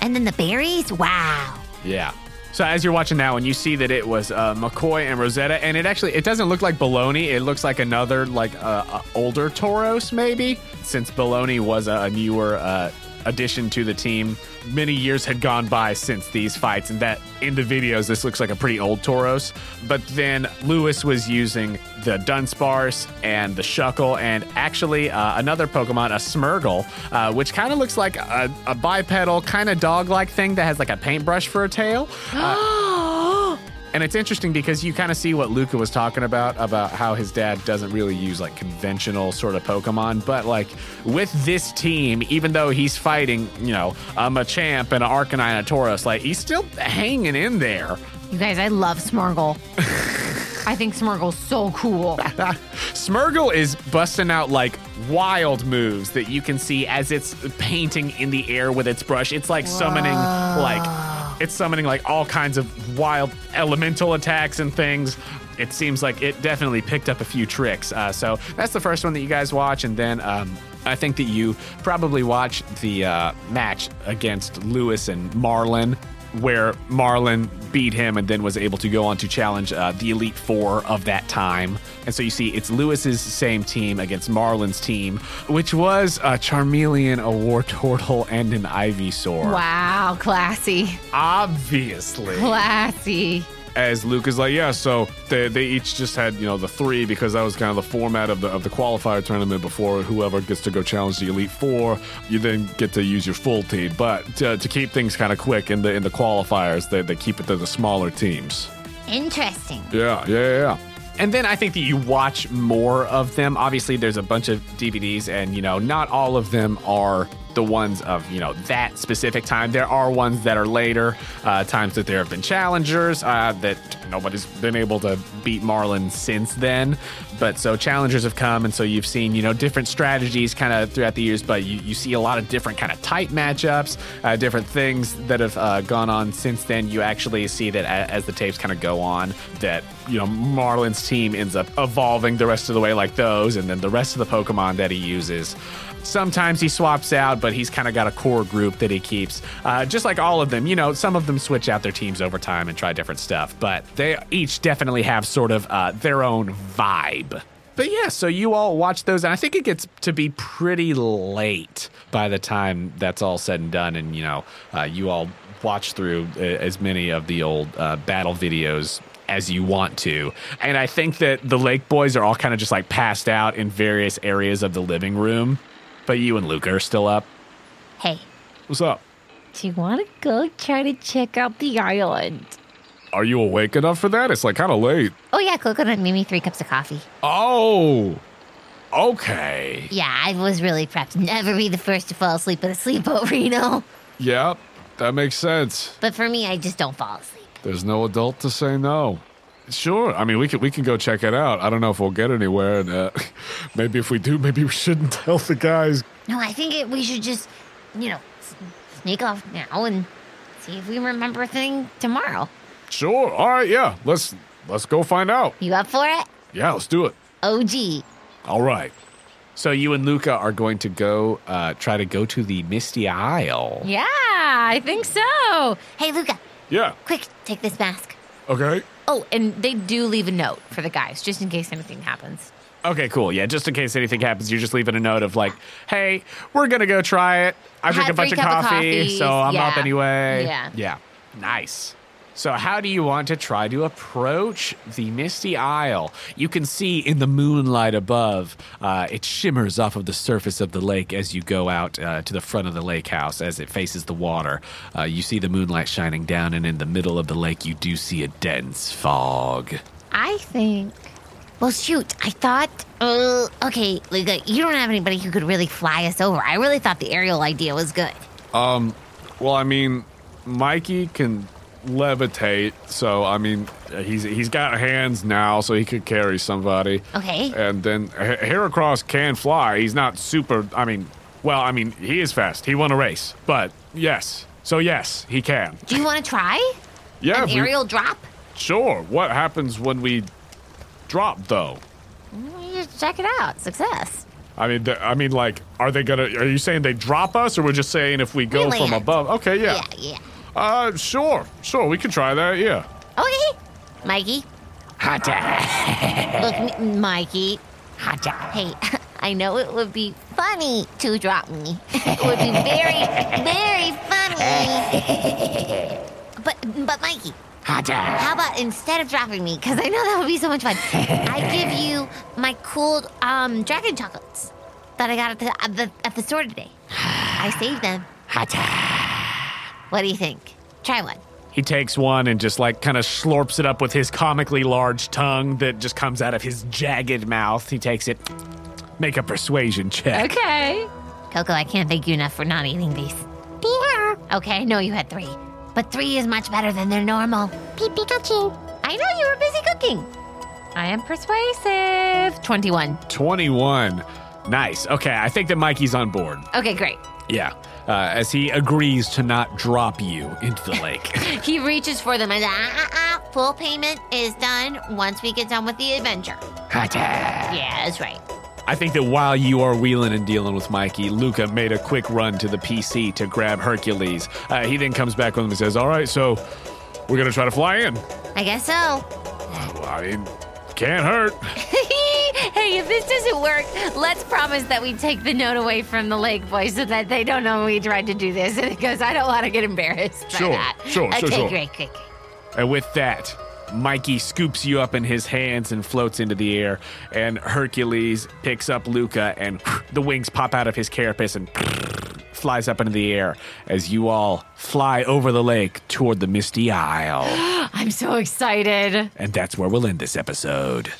Speaker 1: And then the berries? Wow.
Speaker 2: Yeah. So as you're watching that one, you see that it was uh, McCoy and Rosetta, and it actually it doesn't look like Baloney. It looks like another like uh, uh, older Tauros, maybe, since Baloney was a, a newer uh, addition to the team. Many years had gone by since these fights, and that in the videos, this looks like a pretty old Tauros. But then Lewis was using the Dunsparce and the Shuckle, and actually uh, another Pokemon, a Smirgle, uh, which kind of looks like a, a bipedal, kind of dog like thing that has like a paintbrush for a tail. And it's interesting because you kind of see what Luca was talking about about how his dad doesn't really use like conventional sort of Pokemon, but like with this team, even though he's fighting, you know, a Machamp and an Arcanine, a Taurus, like he's still hanging in there.
Speaker 4: You guys, I love Smurgle. I think Smurgle's so cool.
Speaker 2: Smirgle is busting out like wild moves that you can see as it's painting in the air with its brush. It's like summoning like it's summoning like all kinds of wild elemental attacks and things. It seems like it definitely picked up a few tricks. Uh, so that's the first one that you guys watch, and then um, I think that you probably watch the uh, match against Lewis and Marlin. Where Marlin beat him and then was able to go on to challenge uh, the Elite Four of that time. And so you see, it's Lewis's same team against Marlin's team, which was a Charmeleon, a War Turtle, and an Ivysaur.
Speaker 4: Wow, classy.
Speaker 2: Obviously
Speaker 4: Classy.
Speaker 3: as Luke is like, yeah, so they, they each just had you know the three because that was kind of the format of the of the qualifier tournament before whoever gets to go challenge the elite four, you then get to use your full team. But to, to keep things kind of quick in the in the qualifiers, they, they keep it to the smaller teams.
Speaker 1: Interesting.
Speaker 3: Yeah, yeah, yeah.
Speaker 2: And then I think that you watch more of them. Obviously, there's a bunch of DVDs, and you know, not all of them are the ones of you know that specific time. There are ones that are later, uh, times that there have been challengers uh, that nobody's been able to beat Marlin since then. But so challengers have come, and so you've seen you know different strategies kind of throughout the years. But you, you see a lot of different kind of tight matchups, uh, different things that have uh, gone on since then. You actually see that a- as the tapes kind of go on, that you know Marlin's team ends up evolving the rest of the way like those, and then the rest of the Pokemon that he uses. Sometimes he swaps out, but he's kind of got a core group that he keeps. Uh, just like all of them, you know, some of them switch out their teams over time and try different stuff, but they each definitely have sort of uh, their own vibe. But yeah, so you all watch those, and I think it gets to be pretty late by the time that's all said and done, and you know, uh, you all watch through uh, as many of the old uh, battle videos as you want to. And I think that the Lake Boys are all kind of just like passed out in various areas of the living room, but you and Luca are still up.
Speaker 1: Hey,
Speaker 3: What's up?
Speaker 1: do you want to go try to check out the island?
Speaker 3: Are you awake enough for that? It's like kind of late.
Speaker 1: Oh yeah, coconut made me three cups of coffee.
Speaker 3: Oh, okay.
Speaker 1: Yeah, I was really prepped. Never be the first to fall asleep at a sleepover, you know.
Speaker 3: Yep, that makes sense.
Speaker 1: But for me, I just don't fall asleep.
Speaker 3: There's no adult to say no. Sure. I mean, we can we can go check it out. I don't know if we'll get anywhere, and uh, maybe if we do, maybe we shouldn't tell the guys.
Speaker 1: No, I think it, we should just, you know, s- sneak off now and see if we remember a thing tomorrow.
Speaker 3: Sure. All right. Yeah. Let's let's go find out.
Speaker 1: You up for it?
Speaker 3: Yeah. Let's do it.
Speaker 1: OG.
Speaker 3: All right.
Speaker 2: So you and Luca are going to go uh, try to go to the Misty Isle.
Speaker 4: Yeah, I think so.
Speaker 1: Hey, Luca,
Speaker 3: Yeah.
Speaker 1: quick, take this mask.
Speaker 3: Okay.
Speaker 4: Oh, and they do leave a note for the guys just in case anything happens.
Speaker 2: Okay, cool. Yeah, just in case anything happens, you're just leaving a note of like, "Hey, we're gonna go try it. I drink
Speaker 4: Had
Speaker 2: a bunch
Speaker 4: three
Speaker 2: of
Speaker 4: cup of
Speaker 2: coffee,
Speaker 4: coffees.
Speaker 2: so I'm
Speaker 4: Yeah.
Speaker 2: up anyway."
Speaker 4: Yeah.
Speaker 2: yeah, nice. So, how do you want to try to approach the Misty Isle? You can see in the moonlight above, uh, it shimmers off of the surface of the lake as you go out uh, to the front of the lake house as it faces the water. Uh, you see the moonlight shining down, and in the middle of the lake, you do see a dense fog.
Speaker 4: I think.
Speaker 1: Well, shoot, I thought, uh, okay, Luca, you don't have anybody who could really fly us over. I really thought the aerial idea was good.
Speaker 3: Well, I mean, Mikey can levitate, so I mean, he's he's got hands now, so he could carry somebody.
Speaker 1: Okay.
Speaker 3: And then Her- Heracross can fly. He's not super. I mean, well, I mean, he is fast. He won a race, but yes. So yes, he can.
Speaker 1: Do you want to try
Speaker 3: Yeah.
Speaker 1: an
Speaker 3: if we-
Speaker 1: aerial drop?
Speaker 3: Sure. What happens when we drop though?
Speaker 1: Mm, you should check it out. Success.
Speaker 3: I mean, th- I mean, like, are they gonna? Are you saying they drop us, or we're just saying if we go
Speaker 1: We
Speaker 3: from
Speaker 1: land.
Speaker 3: above? Okay, yeah.
Speaker 1: Yeah, yeah.
Speaker 3: Uh, sure, sure, we can try that. Yeah.
Speaker 1: Okay, Oh, Mikey.
Speaker 2: Hot
Speaker 1: Look, M- Mikey. Hey, I know it would be funny to drop me. It would be very, very funny. But, but Mikey,
Speaker 2: Hotter.
Speaker 1: how about instead of dropping me, because I know that would be so much fun, I give you my cool um, dragon chocolates that I got at the, at the at the store today. I saved them. What do you think? Try one.
Speaker 2: He takes one and just like kind of slurps it up with his comically large tongue that just comes out of his jagged mouth. He takes it. Make a persuasion check.
Speaker 4: Okay.
Speaker 1: Coco, I can't thank you enough for not eating these.
Speaker 6: Beer.
Speaker 1: Okay, I know you had three, but three is much better than their normal.
Speaker 6: P- Pikachu.
Speaker 1: I know you were busy cooking.
Speaker 4: I am persuasive. 21.
Speaker 2: 21. Nice. Okay, I think that Mikey's on board.
Speaker 4: Okay, great.
Speaker 2: Yeah. Uh, as he agrees to not drop you into the lake.
Speaker 1: He reaches for them and ah, ah, ah, full payment is done once we get done with the adventure. Yeah, that's right.
Speaker 2: I think that while you are wheeling and dealing with Mikey, Luca made a quick run to the PC to grab Hercules. Uh, he then comes back with him and says, All right, so
Speaker 3: We're gonna try to fly in.
Speaker 1: I guess so.
Speaker 3: Well, I mean, can't hurt.
Speaker 4: hey, if this doesn't work, let's promise that we take the note away from the lake boy so that they don't know we tried to do this. And it goes, I don't want to get embarrassed by
Speaker 3: Sure,
Speaker 4: that.
Speaker 3: sure,
Speaker 4: okay,
Speaker 3: sure, sure.
Speaker 4: great, great, great.
Speaker 2: And with that, Mikey scoops you up in his hands and floats into the air. And Hercules picks up Luca, and the wings pop out of his carapace and flies up into the air as you all fly over the lake toward the Misty Isle.
Speaker 4: I'm so excited.
Speaker 2: And that's where we'll end this episode.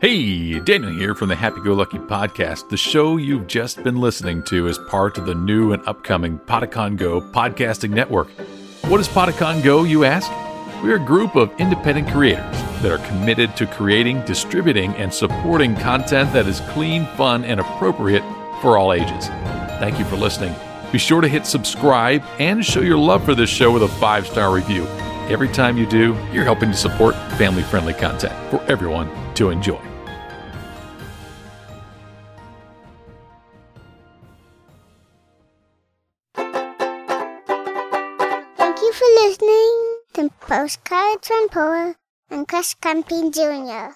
Speaker 8: Hey, Daniel here from the Happy Go Lucky podcast. The show you've just been listening to is part of the new and upcoming Podicon Go podcasting network. What is Podicon Go, you ask? We're a group of independent creators that are committed to creating, distributing, and supporting content that is clean, fun, and appropriate for all ages. Thank you for listening. Be sure to hit subscribe and show your love for this show with a five star review. Every time you do, you're helping to support family friendly content for everyone to enjoy.
Speaker 6: Thank you for listening to Postcards from Poa and Chris Camping Jr.